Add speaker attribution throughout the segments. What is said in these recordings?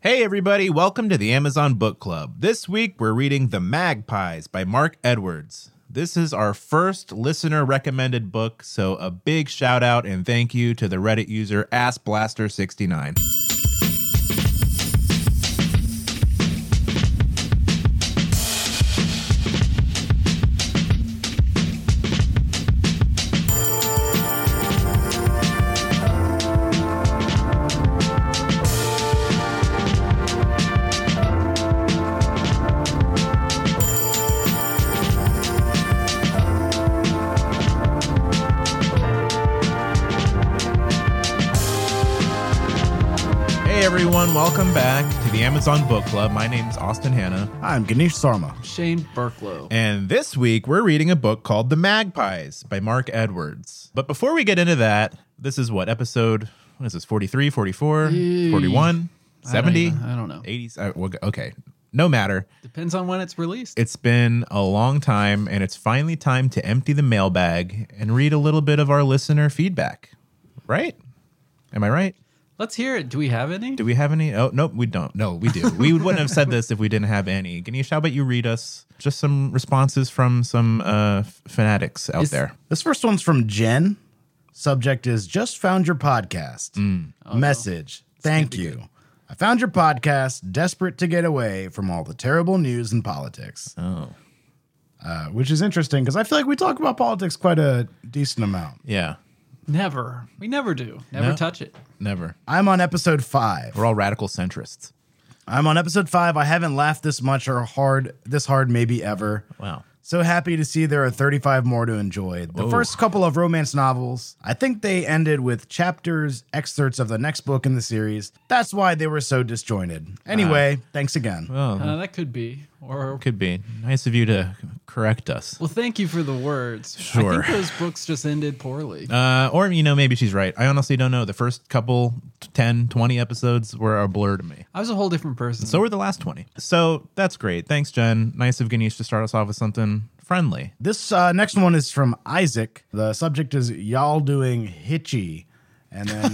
Speaker 1: Hey, everybody, welcome to the Amazon Book Club. This week we're reading The Magpies by Mark Edwards. This is our first listener recommended book, so a big shout out and thank you to the Reddit user AssBlaster69. Hey, everyone, welcome back to the Amazon Book Club. My name's Austin Hanna.
Speaker 2: Hi, I'm Ganesh Sarma.
Speaker 3: Shane Burklow.
Speaker 1: And this week, we're reading a book called The Magpies by Mark Edwards. But before we get into that, this is what episode, what is this, 43, 44, 41, 70?
Speaker 3: even- I don't know.
Speaker 1: 80s? I- Uh, well, okay. No matter.
Speaker 3: Depends on when it's released.
Speaker 1: It's been a long time, and it's finally time to empty the mailbag and read a little bit of our listener feedback. Right? Am I right?
Speaker 3: Let's hear it. Do we have any?
Speaker 1: Do we have any? Oh, nope, we don't. No, we do. we wouldn't have said this if we didn't have any. Ganesh, how about you read us just some responses from some uh, f- fanatics out
Speaker 3: Is-
Speaker 1: there?
Speaker 2: This first one's from Jen. Subject is just found your podcast. Message. Thank you. I found your podcast, desperate to get away from all the terrible news and politics. Oh. Uh, which is interesting because I feel like we talk about politics quite a decent amount.
Speaker 1: Yeah,
Speaker 3: never. We never do. Never
Speaker 1: No.
Speaker 3: touch it. Uh,
Speaker 1: never.
Speaker 2: I'm on episode five.
Speaker 1: We're all radical centrists.
Speaker 2: I'm on episode five. I haven't laughed this much or hard, this hard maybe ever.
Speaker 1: Wow.
Speaker 2: So happy to see there are 35 more to enjoy.
Speaker 1: Oh.
Speaker 2: The first couple of romance novels, I think they ended with chapters, excerpts of the next book in the series. That's why they were so disjointed. Anyway, thanks again.
Speaker 1: Uh-huh.
Speaker 3: Uh, that could be. Or
Speaker 1: Could be nice of you to correct us.
Speaker 3: well, thank you for the words.
Speaker 1: Sure.
Speaker 3: I think those books just ended poorly.
Speaker 1: Uh, or, you know, maybe she's right. I honestly don't know. The first couple 10, 20 episodes were a blur to me.
Speaker 3: I was a whole different person.
Speaker 1: So were the last 20. So that's great. Thanks, Jen. Nice of Ganesh to start us off with something friendly.
Speaker 2: This uh, next one is from Isaac. The subject is y'all doing hitchy. And then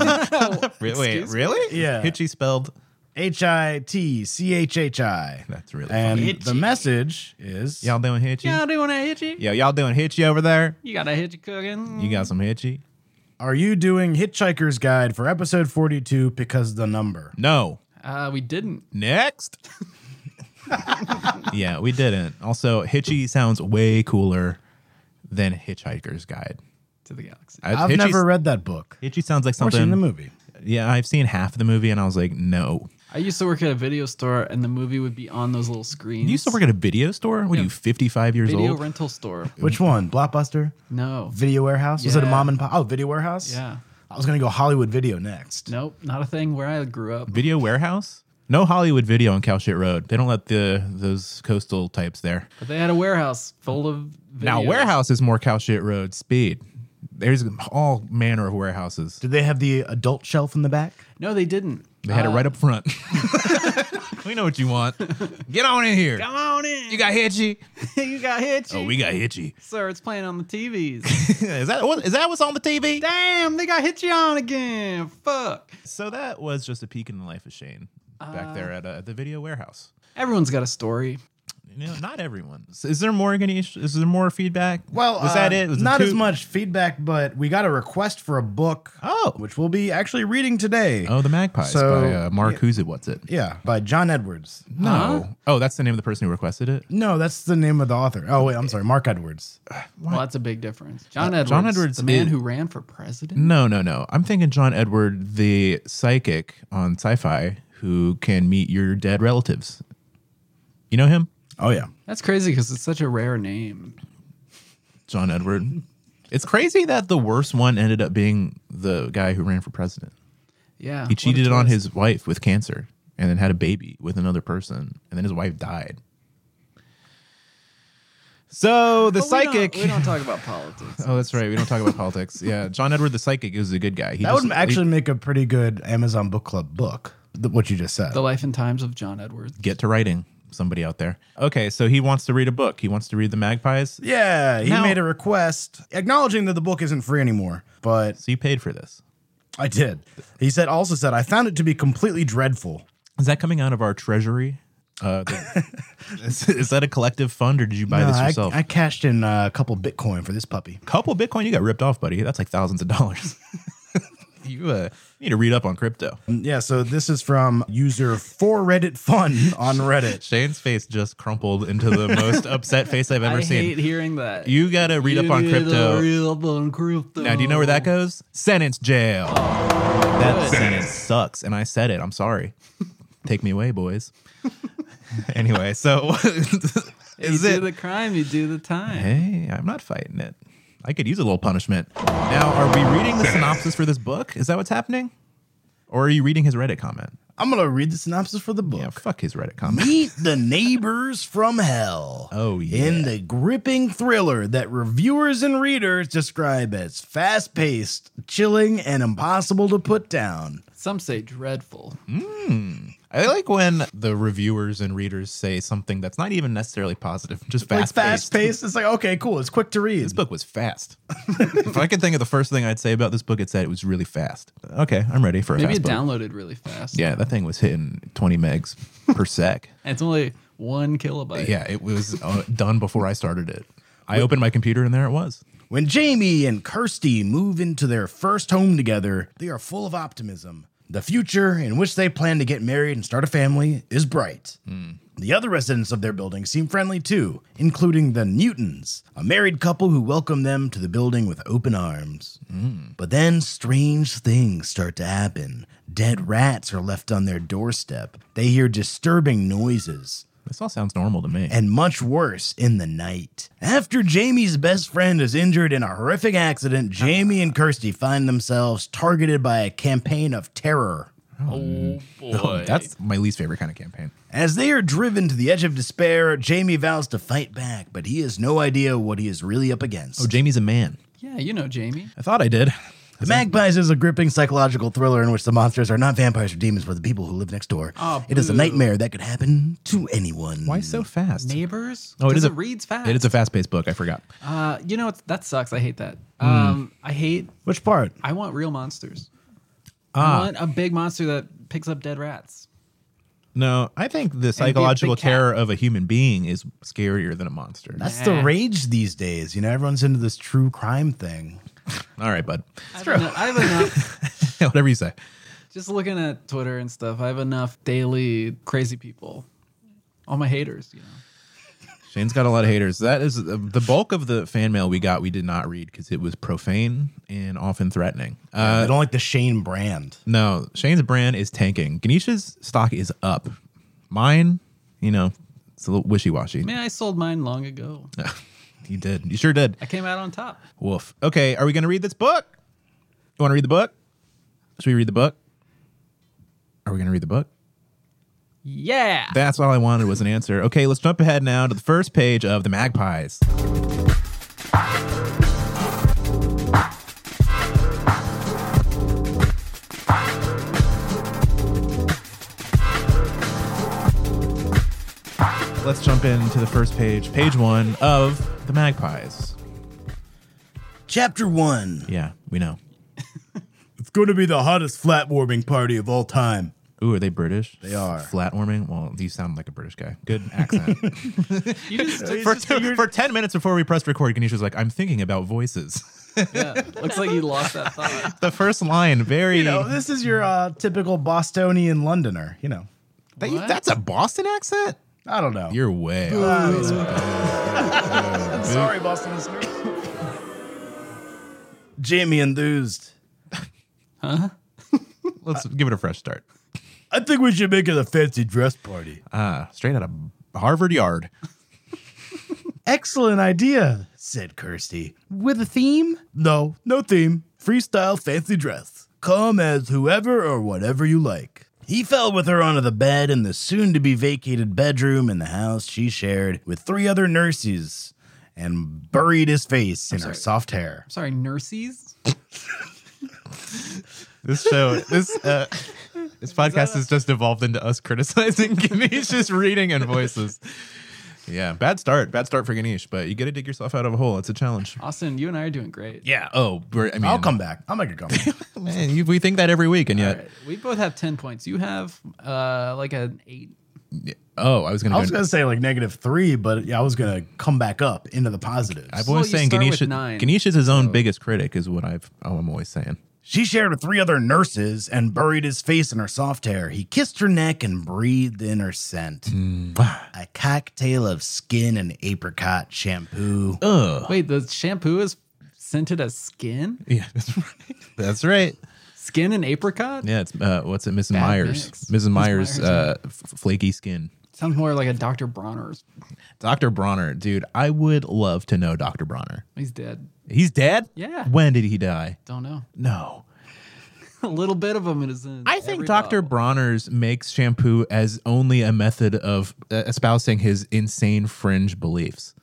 Speaker 1: Re- wait,
Speaker 3: Excuse me?
Speaker 1: really?
Speaker 2: Yeah.
Speaker 1: Hitchy spelled.
Speaker 2: H I T C H H I.
Speaker 1: That's really
Speaker 2: And
Speaker 1: funny.
Speaker 2: the message is
Speaker 1: Y'all doing hitchy?
Speaker 3: yeah, do you want to hit you?
Speaker 1: Yo, y'all doing hitchy over there?
Speaker 3: You got to hit you cooking.
Speaker 1: You got some hitchy?
Speaker 2: Are you doing Hitchhiker's Guide for episode 42 because the number?
Speaker 1: No.
Speaker 3: uh, we didn't.
Speaker 1: Next. yeah, we didn't. Also, hitchy sounds way cooler than Hitchhiker's Guide.
Speaker 3: To the galaxy.
Speaker 1: I-
Speaker 2: I've
Speaker 1: Hitchy's-
Speaker 2: never read that book
Speaker 1: Hitchy sounds like
Speaker 2: or
Speaker 1: something.
Speaker 2: seen the movie.
Speaker 1: Yeah, I've seen half of the movie and I was like, no.
Speaker 3: I used to work at a video store, and the movie would be on those little screens.
Speaker 1: You used to work at a video store? What are
Speaker 3: Yeah.
Speaker 1: you, 55 years
Speaker 3: video
Speaker 1: old?
Speaker 3: rental store.
Speaker 2: Which one? Blockbuster?
Speaker 3: No.
Speaker 2: Video Warehouse? Was it a
Speaker 3: Yeah.
Speaker 2: mom and pop? Oh, Video Warehouse?
Speaker 3: Yeah.
Speaker 2: I was going to go Hollywood Video next.
Speaker 3: Nope. Not a thing where I grew up.
Speaker 1: video warehouse? No Hollywood video on Cal Shit Road. They don't let the those coastal types there.
Speaker 3: But they had a warehouse full of. Videos.
Speaker 1: Now, warehouse is more Cal Shit Road speed. There's all manner of warehouses.
Speaker 2: Did they have the adult shelf in the back?
Speaker 3: No, they didn't. Uh,
Speaker 1: They had it right up front. we know what you want. Get on in here.
Speaker 3: Come on in.
Speaker 1: You got hitchy.
Speaker 3: you got hitchy.
Speaker 1: Oh, we got hitchy.
Speaker 3: Sir, it's playing on the TVs.
Speaker 1: is that what- is that what's on the TV?
Speaker 3: Damn, they got hitchy on again. Fuck.
Speaker 1: So that was just a peek in the life of Shane back there at, uh, at the video warehouse.
Speaker 3: Everyone's got a story.
Speaker 1: You know, not everyone. So Is there more Ganesh? Is there more feedback?
Speaker 2: Well,
Speaker 1: was
Speaker 2: uh,
Speaker 1: that it? Was it
Speaker 2: not
Speaker 1: two-
Speaker 2: as much feedback, but we got a request for a book,
Speaker 1: Oh.
Speaker 2: which we'll be actually reading today.
Speaker 1: Oh, the Magpies
Speaker 2: So-
Speaker 1: by uh, Mark Who's It What's It?
Speaker 2: Yeah, by John Edwards.
Speaker 1: No. Oh, that's the name of the person who requested it.
Speaker 2: No, that's the name of the author. Oh, wait, I'm sorry. Mark Edwards.
Speaker 3: Well, that's a big difference. John Edwards,
Speaker 1: Uh, John Edwards
Speaker 3: the man
Speaker 1: is-
Speaker 3: who ran for president.
Speaker 1: No, no, no. I'm thinking John Edward, the psychic on Sci-Fi, who can meet your dead relatives. You know him,
Speaker 2: Oh, yeah.
Speaker 3: That's crazy because it's such a rare name.
Speaker 1: John Edward. It's crazy that the worst one ended up being the guy who ran for president.
Speaker 3: Yeah.
Speaker 1: He
Speaker 3: what a
Speaker 1: cheated on
Speaker 3: twist.
Speaker 1: his wife with cancer and then had a baby with another person, and then his wife died. So the
Speaker 3: But we don't-
Speaker 1: psychic.
Speaker 3: We don't, talk about politics.
Speaker 1: Oh, that's right. We don't talk about politics. Yeah, John Edward the psychic is a good guy. He
Speaker 2: That
Speaker 1: just-
Speaker 2: would actually make a pretty good Amazon Book Club book, th- what you just said.
Speaker 3: The life and times of John Edwards.
Speaker 1: get to writing. Somebody out there. Okay, so he wants to read a book. He wants to read the Magpies.
Speaker 2: yeah, he
Speaker 1: Now-
Speaker 2: made a request acknowledging that the book isn't free anymore, but
Speaker 1: So you paid for this.
Speaker 2: I did. He said also said I found it to be completely dreadful.
Speaker 1: Is that coming out of our treasury? Uh, the- is, is that a collective fund, or did you buy
Speaker 2: No,
Speaker 1: this
Speaker 2: Uh, I-
Speaker 1: yourself?
Speaker 2: I, cashed in uh, a couple Bitcoin for this puppy.
Speaker 1: Couple Bitcoin, you got ripped off, buddy. That's like thousands of dollars. you uh, need to read up on crypto.
Speaker 2: Yeah, so this is from user for Reddit fun on Reddit.
Speaker 1: Shane's face just crumpled into the most upset face I've ever
Speaker 3: I
Speaker 1: seen.
Speaker 3: hate hearing that.
Speaker 1: You got to read up on
Speaker 3: need to
Speaker 1: crypto.
Speaker 3: Read up on crypto.
Speaker 1: Now, do you know where that goes? Sentence jail. that
Speaker 3: good.
Speaker 1: sentence sucks, and I said it. I'm sorry. Take me away, boys. anyway, so is
Speaker 3: you
Speaker 1: it?
Speaker 3: do the crime, you do the time.
Speaker 1: hey, I'm not fighting it. I could use a little punishment. Now, are we reading the synopsis for this book? Is that what's happening? Or are you reading his Reddit comment?
Speaker 2: I'm going to read the synopsis for the book.
Speaker 1: Yeah, fuck his Reddit comment.
Speaker 2: Meet the neighbors from hell.
Speaker 1: Oh, yeah.
Speaker 2: In the gripping thriller that reviewers and readers describe as fast paced, chilling, and impossible to put down.
Speaker 3: Some say dreadful.
Speaker 1: Mm, I like when the reviewers and readers say something that's not even necessarily positive, just fast
Speaker 2: like fast paced, it's like, okay, cool, it's quick to read.
Speaker 1: This book was fast. if I could think of the first thing I'd say about this book, it said it was really fast. Okay, I'm ready for a
Speaker 3: Maybe
Speaker 1: fast
Speaker 3: it
Speaker 1: book.
Speaker 3: downloaded really fast.
Speaker 1: Yeah, that thing was hitting 20 megs per sec.
Speaker 3: And it's only one kilobyte.
Speaker 1: Yeah, it was uh, done before I started it. I opened my computer and there it was.
Speaker 2: When Jamie and Kirsty move into their first home together, they are full of optimism. The future, in which they plan to get married and start a family, is bright. The other residents of their building seem friendly too, including the Newtons, a married couple who welcome them to the building with open arms. But then strange things start to happen. Dead rats are left on their doorstep. They hear disturbing noises
Speaker 1: This all sounds normal to me.
Speaker 2: and much worse in the night. After Jamie's best friend is injured in a horrific accident, Jamie and Kirsty find themselves targeted by a campaign of terror.
Speaker 3: Oh boy.
Speaker 1: That's my least favorite kind of campaign.
Speaker 2: As they are driven to the edge of despair, Jamie vows to fight back, but he has no idea what he is really up against.
Speaker 1: Oh, Jamie's a man.
Speaker 3: yeah, you know Jamie.
Speaker 1: I thought I did.
Speaker 2: the Magpies is a gripping psychological thriller in which the monsters are not vampires or demons, but the people who live next door.
Speaker 3: Oh,
Speaker 2: it is a
Speaker 3: boo.
Speaker 2: nightmare that could happen to anyone.
Speaker 1: Why so fast?
Speaker 3: Neighbors.
Speaker 1: Oh, it is
Speaker 3: Does
Speaker 1: a-
Speaker 3: Hmm. it reads fast.
Speaker 1: It is a fast paced book. I forgot.
Speaker 3: Uh, you know it's, that sucks. I hate that.
Speaker 1: Hmm.
Speaker 3: Um, I hate.
Speaker 2: Which part?
Speaker 3: I want real monsters.
Speaker 1: Ah.
Speaker 3: I want a big monster that picks up dead rats.
Speaker 1: No, I think the
Speaker 3: be a big
Speaker 1: psychological
Speaker 3: cat.
Speaker 1: terror of a human being is scarier than a monster.
Speaker 2: That's
Speaker 3: Nah.
Speaker 2: the rage these days. You know, everyone's into this true crime thing.
Speaker 1: all right, bud.
Speaker 3: It's true. I have enough.
Speaker 1: Whatever you say.
Speaker 3: just looking at Twitter and stuff. I have enough daily crazy people. All my haters. You know.
Speaker 1: Shane's got a lot of haters. That is uh, the bulk of the fan mail we got. We did not read because it was profane and often threatening. Uh,
Speaker 2: I don't like the Shane brand.
Speaker 1: no, Shane's brand is tanking. Ganesha's stock is up. Mine, you know, it's a little wishy washy.
Speaker 3: Man, I sold mine long ago.
Speaker 1: You did. You sure did.
Speaker 3: I came out on top.
Speaker 1: Woof. Okay, are we going to read this book? You want to read the book? Should we read the book? Are we going to read the book?
Speaker 3: Yeah.
Speaker 1: That's all I wanted was an answer. Okay, let's jump ahead now to the first page of The Magpies. Let's jump into the first page, page one of The Magpies.
Speaker 2: Chapter 1.
Speaker 1: Yeah, we know.
Speaker 2: It's going to be the hottest flat warming party of all time.
Speaker 1: Ooh, are they British? They
Speaker 2: are.
Speaker 1: Flat warming? Well, you sound like a British guy. Good accent.
Speaker 3: You just, it's
Speaker 1: for,
Speaker 3: just figured-
Speaker 1: for 10 minutes before we pressed record, Ganesh was like, I'm thinking about voices.
Speaker 3: yeah. Looks like you lost that thought.
Speaker 1: the first line, very.
Speaker 2: You know, this is your uh, typical Bostonian Londoner, you know.
Speaker 1: That-
Speaker 3: What?
Speaker 1: that's a Boston accent?
Speaker 2: I don't know. Uh,
Speaker 1: You're way off.
Speaker 2: sorry, Boston listener. Jamie enthused.
Speaker 1: Let's give it a fresh start.
Speaker 2: I think we should make it a fancy dress party.
Speaker 1: Uh, straight out of Harvard Yard.
Speaker 2: Excellent idea, said Kirsty. With a theme? No, no theme. Freestyle fancy dress. Come as whoever or whatever you like. He fell with her onto the bed in the soon to be vacated bedroom in the house she shared with three other nurses and buried his face in her
Speaker 3: sorry.
Speaker 2: soft hair.
Speaker 3: Sorry, nurses.
Speaker 1: This show, this uh, this podcast has just evolved into us criticizing Ganesh just reading and voices. Yeah, bad start. Bad start for Ganesh, but you got to dig yourself out of a hole. It's a challenge.
Speaker 3: Austin, you and I are doing great.
Speaker 1: Yeah. Oh, we're, I mean,
Speaker 2: I'll come back. I'll make a comeback.
Speaker 1: Man, you, we think that every week, and
Speaker 3: All
Speaker 1: yet,
Speaker 3: right. We both have 10 points. You have uh, like an eight.
Speaker 1: oh, I was gonna.
Speaker 2: I was
Speaker 1: go,
Speaker 2: gonna say like negative three, but yeah, I was gonna come back up into the positives.
Speaker 1: I've
Speaker 3: Well,
Speaker 1: always
Speaker 3: you
Speaker 1: saying
Speaker 3: start with
Speaker 1: Ganesh.
Speaker 3: nine,
Speaker 1: Ganesh is his own biggest critic, is what I've. Oh, I'm always saying.
Speaker 2: She shared with three other nurses and buried his face in her soft hair. He kissed her neck and breathed in her scent. A cocktail of skin and apricot shampoo.
Speaker 1: Oh.
Speaker 3: Wait, the shampoo is scented as skin?
Speaker 1: Yeah, that's right. That's right.
Speaker 3: Skin and apricot?
Speaker 1: Yeah, it's uh, what's it, Mrs.
Speaker 3: Bad
Speaker 1: Myers.
Speaker 3: mix.
Speaker 1: Mrs.
Speaker 3: Mrs.
Speaker 1: Myers,
Speaker 3: Myers,
Speaker 1: uh, f- flaky skin.
Speaker 3: Sounds more like a Dr. Bronner's.
Speaker 1: Dr. Bronner, dude, I would love to know Dr. Bronner.
Speaker 3: He's dead.
Speaker 1: He's dead.
Speaker 3: Yeah.
Speaker 1: When did he die?
Speaker 3: Don't know.
Speaker 1: No.
Speaker 3: a little bit of him is in.
Speaker 1: I think
Speaker 3: every
Speaker 1: Dr.
Speaker 3: bottle.
Speaker 1: Bronner's makes shampoo as only a method of uh, espousing his insane fringe beliefs,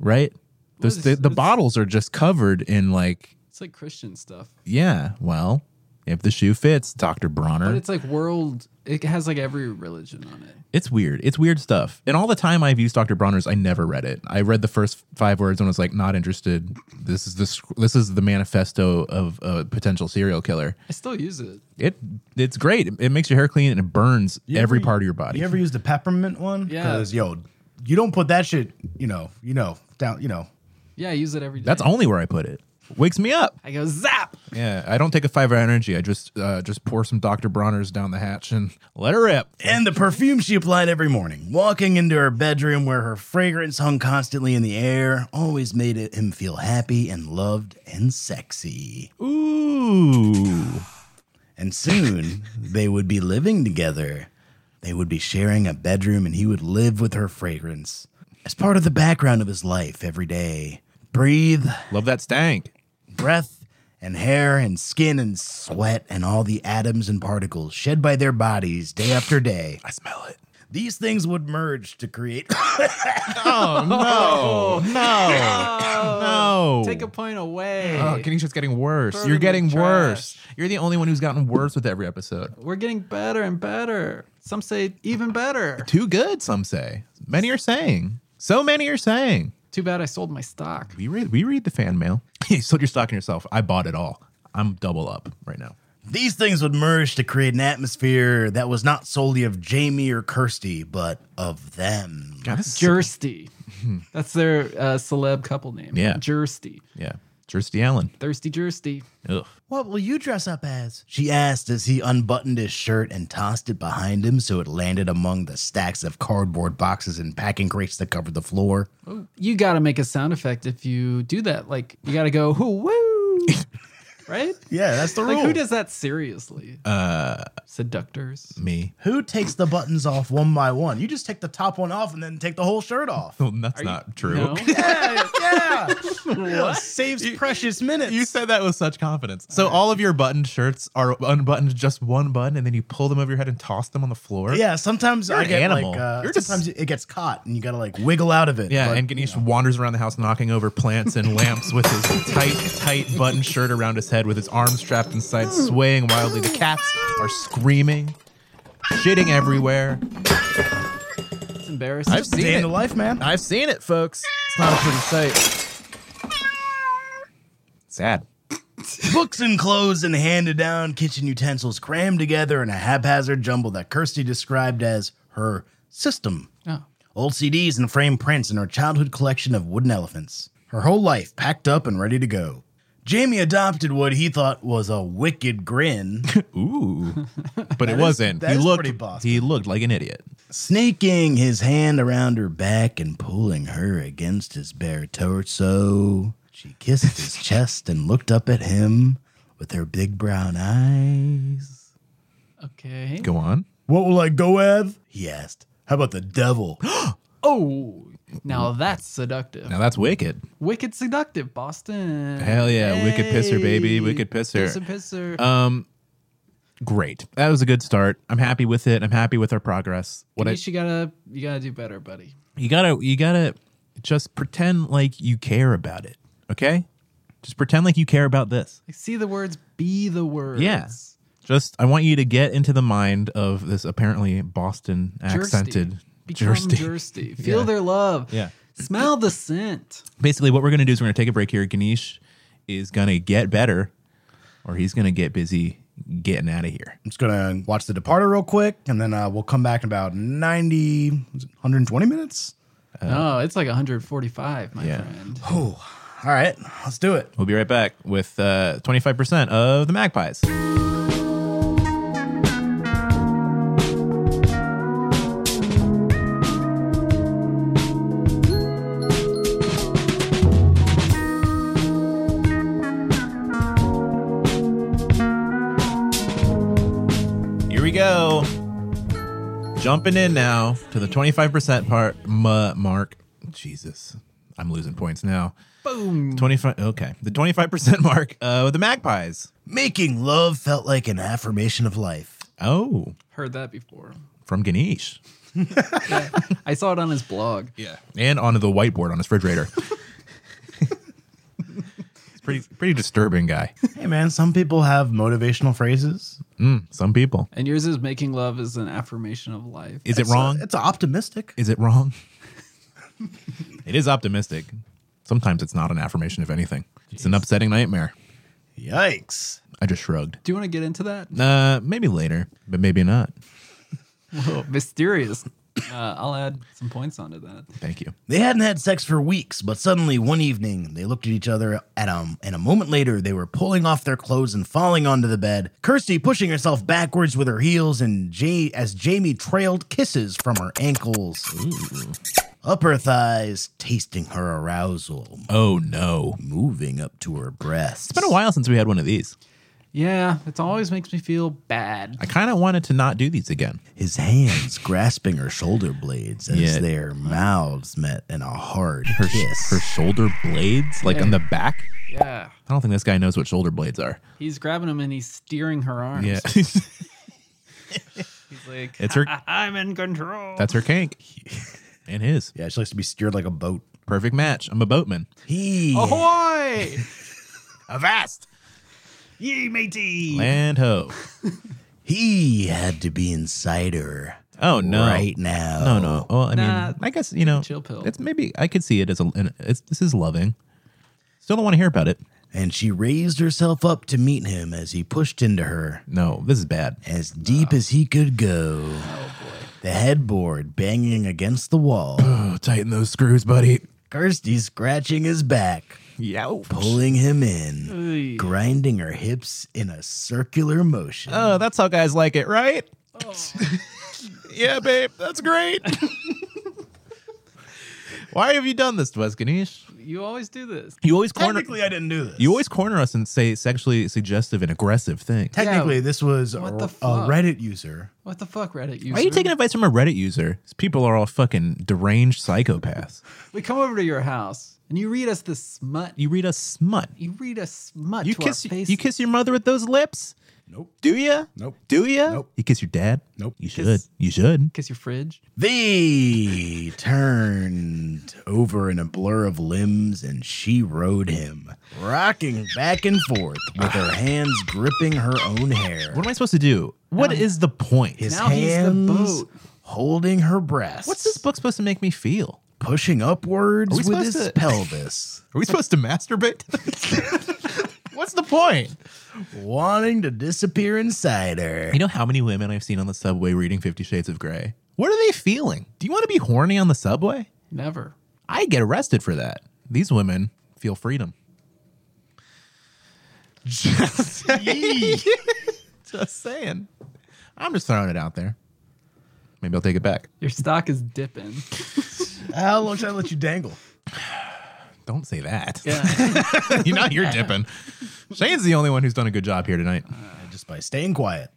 Speaker 1: right? Those,
Speaker 3: is-
Speaker 1: the, the
Speaker 3: what's-
Speaker 1: bottles are just covered in like,
Speaker 3: It's like Christian stuff.
Speaker 1: yeah, well, if the shoe fits, Dr.
Speaker 3: But
Speaker 1: Bronner.
Speaker 3: it's like world. It has like every religion on it.
Speaker 1: It's weird. It's weird stuff. And all the time I've used Dr. Bronner's, I never read it. I read the first five words and was like, not interested. This is the sc- this is the manifesto of a potential serial killer.
Speaker 3: I still use it.
Speaker 1: It it's great. It, it makes your hair clean and it burns
Speaker 2: You
Speaker 1: every
Speaker 2: ever-
Speaker 1: part of your body.
Speaker 2: You ever used a peppermint one?
Speaker 3: Yeah.
Speaker 2: Because yo, you don't put that shit. You know, you know, down. You know,
Speaker 3: Yeah, I use it every day.
Speaker 1: That's only where I put it. Wakes me up.
Speaker 3: I go zap.
Speaker 1: Yeah, I don't take a five hour energy. I just uh, just pour some Dr. Bronner's down the hatch and let her rip.
Speaker 2: And the perfume she applied every morning, walking into her bedroom where her fragrance hung constantly in the air, always made it- him feel happy and loved and sexy.
Speaker 1: Ooh.
Speaker 2: And soon they would be living together. They would be sharing a bedroom, and he would live with her fragrance as part of the background of his life every day. Breathe,
Speaker 1: Love that stank.
Speaker 2: breath, and hair, and skin, and sweat, and all the atoms and particles shed by their bodies day after day.
Speaker 1: I smell it.
Speaker 2: These things would merge to create.
Speaker 1: Oh, no. No. No.
Speaker 3: Oh, Take a point away.
Speaker 1: Oh, Kenny's just getting worse.
Speaker 3: Throw
Speaker 1: You're
Speaker 3: it in the
Speaker 1: getting
Speaker 3: trash.
Speaker 1: worse. You're the only one who's gotten worse with every episode.
Speaker 3: We're getting better and better. Some say even better.
Speaker 1: Too good, some say. Many are saying. So many are saying.
Speaker 3: Too bad I sold my stock.
Speaker 1: We read we read the fan mail. you sold your stock in yourself. I bought it all. I'm double up right now.
Speaker 2: These things would merge to create an atmosphere that was not solely of Jamie or Kirsty, but of them.
Speaker 1: God, this is-
Speaker 3: Jersty. That's their uh, celeb couple name.
Speaker 1: Hmm. Yeah.
Speaker 3: Jersty.
Speaker 1: yeah. Jersey Allen.
Speaker 3: Thirsty Jersty.
Speaker 1: Ugh.
Speaker 2: What will you dress up as? She asked as he unbuttoned his shirt and tossed it behind him so it landed among the stacks of cardboard boxes and packing crates that covered the floor.
Speaker 3: You got to make a sound effect if you do that. Like, you got to go, hoo, woo. right?
Speaker 2: Yeah, that's the
Speaker 3: Like, who does that seriously? Uh, Seductors.
Speaker 1: Me.
Speaker 2: Who takes the buttons off one by one? You just take the top one off and then take the whole shirt off.
Speaker 1: Well, that's not true.
Speaker 3: No?
Speaker 2: yeah, yeah. Yeah, saves precious minutes.
Speaker 1: You said that with such confidence. So all of your buttoned shirts are unbuttoned just one button and then you pull them over your head and toss them on the floor.
Speaker 2: yeah, sometimes I
Speaker 1: an
Speaker 2: get
Speaker 1: animal.
Speaker 2: like uh,
Speaker 1: You're just-
Speaker 2: sometimes it gets caught and you gotta like wiggle out of it.
Speaker 1: Yeah,
Speaker 2: but-
Speaker 1: and Ganesh wanders around the house knocking over plants and lamps with his tight, tight button shirt around his head with his arms strapped inside, swaying wildly. The cats are screaming, shitting everywhere.
Speaker 3: It's embarrassing.
Speaker 1: I've seen
Speaker 2: day in
Speaker 1: it.
Speaker 2: the life, man.
Speaker 1: I've seen it, folks. It's not a pretty sight. Sad.
Speaker 2: Books and clothes and handed down kitchen utensils crammed together in a haphazard jumble that Kirsty described as her system.
Speaker 3: Oh.
Speaker 2: Old CDs and framed prints in her childhood collection of wooden elephants. Her whole life packed up and ready to go. Jamie adopted what he thought was a wicked grin,
Speaker 1: Ooh, but it wasn't.
Speaker 2: that
Speaker 1: he
Speaker 2: is
Speaker 1: looked.
Speaker 2: pretty Boston.
Speaker 1: He looked like an idiot.
Speaker 2: snaking his hand around her back and pulling her against his bare torso. She kissed his chest and looked up at him with her big brown eyes.
Speaker 3: Okay.
Speaker 1: Go on.
Speaker 2: What will I go with? He asked. How about the devil?
Speaker 3: Oh, now that's seductive.
Speaker 1: Now that's wicked.
Speaker 3: Wicked seductive, Boston.
Speaker 1: Hell yeah, wicked pisser, baby,
Speaker 3: Hey.
Speaker 1: wicked pisser. Um,
Speaker 3: Pisser, pisser.
Speaker 1: Great. That was a good start. I'm happy with it. I'm happy with our progress. What
Speaker 3: At
Speaker 1: I,
Speaker 3: least you gotta, you gotta do better, buddy.
Speaker 1: you gotta you gotta just pretend like you care about it. Okay? Just pretend like you care about this.
Speaker 3: Like, see the words, be the words.
Speaker 1: Yeah. Just I want you to get into the mind of this apparently Boston accented
Speaker 3: Become
Speaker 1: Thirsty.
Speaker 3: thirsty. Feel
Speaker 1: Yeah.
Speaker 3: their love.
Speaker 1: Yeah.
Speaker 3: Smell the scent.
Speaker 1: Basically, what we're going to do is we're going to take a break here. Ganesh is going to get better, or he's going to get busy getting out of here.
Speaker 2: I'm just gonna watch The Departed real quick, and then uh, we'll come back in about 90, was it 120 minutes.
Speaker 3: no, Oh, it's like 145, my
Speaker 1: Uh, Yeah.
Speaker 3: friend.
Speaker 2: Oh, all right, let's do it.
Speaker 1: We'll be right back with uh, 25% of the Magpies. Here we go. Jumping in now to the 25% part ma- mark. Jesus, I'm losing points now.
Speaker 3: Boom.
Speaker 1: 25 okay the 25% mark uh with the magpies
Speaker 2: Making love felt like an affirmation of life.
Speaker 1: oh
Speaker 3: Heard that before.
Speaker 1: from ganesh
Speaker 3: I saw it on his blog.
Speaker 1: yeah and onto the whiteboard on his refrigerator it's pretty pretty disturbing guy
Speaker 2: Hey man, some people have motivational phrases.
Speaker 1: Mm, some people
Speaker 3: And yours is making love is an affirmation of life.
Speaker 1: is it wrong
Speaker 2: It's, it's optimistic.
Speaker 1: is it wrong it is optimistic sometimes it's not an affirmation of anything it's an upsetting nightmare
Speaker 2: Yikes.
Speaker 1: i just shrugged
Speaker 3: Do you want to get into that?
Speaker 1: uh maybe later but maybe not
Speaker 3: Whoa, mysterious. Uh, I'll add some points onto that.
Speaker 1: thank you
Speaker 2: They hadn't had sex for weeks, but suddenly one evening they looked at each other at um and a moment later they were pulling off their clothes and falling onto the bed. Kirsty pushing herself backwards with her heels and Jay as Jamie trailed kisses from her ankles. Up her thighs, tasting her arousal,
Speaker 1: oh no it's
Speaker 2: moving up to her breasts.
Speaker 1: been a while since we had one of these
Speaker 3: Yeah, it always makes me feel bad.
Speaker 1: i kind of wanted to not do these again
Speaker 2: His hands grasping her shoulder blades as
Speaker 1: Yeah.
Speaker 2: their mouths met in a hard
Speaker 1: her,
Speaker 2: kiss.
Speaker 1: her shoulder blades like on the back
Speaker 3: Yeah.
Speaker 1: i don't think this guy knows what shoulder blades are
Speaker 3: He's grabbing him and he's steering her arms.
Speaker 1: it's
Speaker 3: He's like,
Speaker 1: her
Speaker 3: I'm in control.
Speaker 1: that's her kink and his
Speaker 2: yeah, she likes to be steered like a boat.
Speaker 1: perfect match i'm a boatman
Speaker 2: He
Speaker 3: Ahoy!
Speaker 1: avast
Speaker 3: Ye matey!
Speaker 1: land ho
Speaker 2: He had to be inside her
Speaker 1: oh no
Speaker 2: right now.
Speaker 1: no no well i mean
Speaker 3: Nah,
Speaker 1: i guess you know
Speaker 3: chill pill.
Speaker 1: it's maybe i could see it as a an- it's, this is loving still don't want to hear about it
Speaker 2: And she raised herself up to meet him as he pushed into her,
Speaker 1: no this is bad
Speaker 2: as deep as he could go. The headboard banging against the wall.
Speaker 1: oh tighten those screws buddy
Speaker 2: Kirsty scratching his back,
Speaker 1: Yow.
Speaker 2: pulling him in,
Speaker 3: Ooh.
Speaker 2: grinding her hips in a circular motion.
Speaker 1: oh that's how guys like it right
Speaker 2: Oh.
Speaker 1: yeah babe that's great why have you done this to us ganesh
Speaker 3: You always do this.
Speaker 1: you always corner
Speaker 2: Technically, I didn't do this.
Speaker 1: You always corner us and say sexually suggestive and aggressive things.
Speaker 2: Technically, this was a,
Speaker 3: What the
Speaker 2: a
Speaker 3: fuck?
Speaker 2: Reddit user.
Speaker 3: What the fuck, Reddit user?
Speaker 1: Why are you taking advice from a Reddit user? These people are all fucking deranged psychopaths.
Speaker 3: We come over to your house and you read us this smut.
Speaker 1: You
Speaker 3: You,
Speaker 1: read us smut.
Speaker 3: read us smut
Speaker 1: You
Speaker 3: to
Speaker 1: kiss
Speaker 3: our face.
Speaker 1: you kiss your mother with those lips?
Speaker 2: Nope.
Speaker 1: Do you?
Speaker 2: Nope.
Speaker 1: Do you?
Speaker 2: Nope.
Speaker 1: You kiss your dad?
Speaker 2: Nope.
Speaker 1: You should.
Speaker 3: Kiss-
Speaker 1: You should.
Speaker 3: kiss your fridge.
Speaker 2: They turned over in a blur of limbs and she rode him, rocking back and forth with her hands gripping her own hair.
Speaker 1: What am I supposed to do? What is the point?
Speaker 2: His
Speaker 3: Now he's the
Speaker 2: hands
Speaker 3: boat.
Speaker 2: holding her breast.
Speaker 1: What's this book supposed to make me feel?
Speaker 2: Pushing upwards
Speaker 1: Are we
Speaker 2: with his
Speaker 1: supposed to-
Speaker 2: pelvis,
Speaker 1: Are we supposed to masturbate? What's the point?
Speaker 2: wanting to disappear inside her.
Speaker 1: You know how many women I've seen on the subway reading Fifty Shades of Grey? What are they feeling? Do you want to be horny on the subway?
Speaker 3: Never.
Speaker 1: I get arrested for that. These women feel freedom. Just saying. just saying. I'm just throwing it out there. Maybe I'll take it back.
Speaker 3: Your stock is dipping.
Speaker 2: How long should I let you dangle?
Speaker 1: Don't say that.
Speaker 3: Yeah.
Speaker 1: you know you're dipping. Shane's the only one who's done a good job here tonight.
Speaker 2: uh, Just by staying quiet.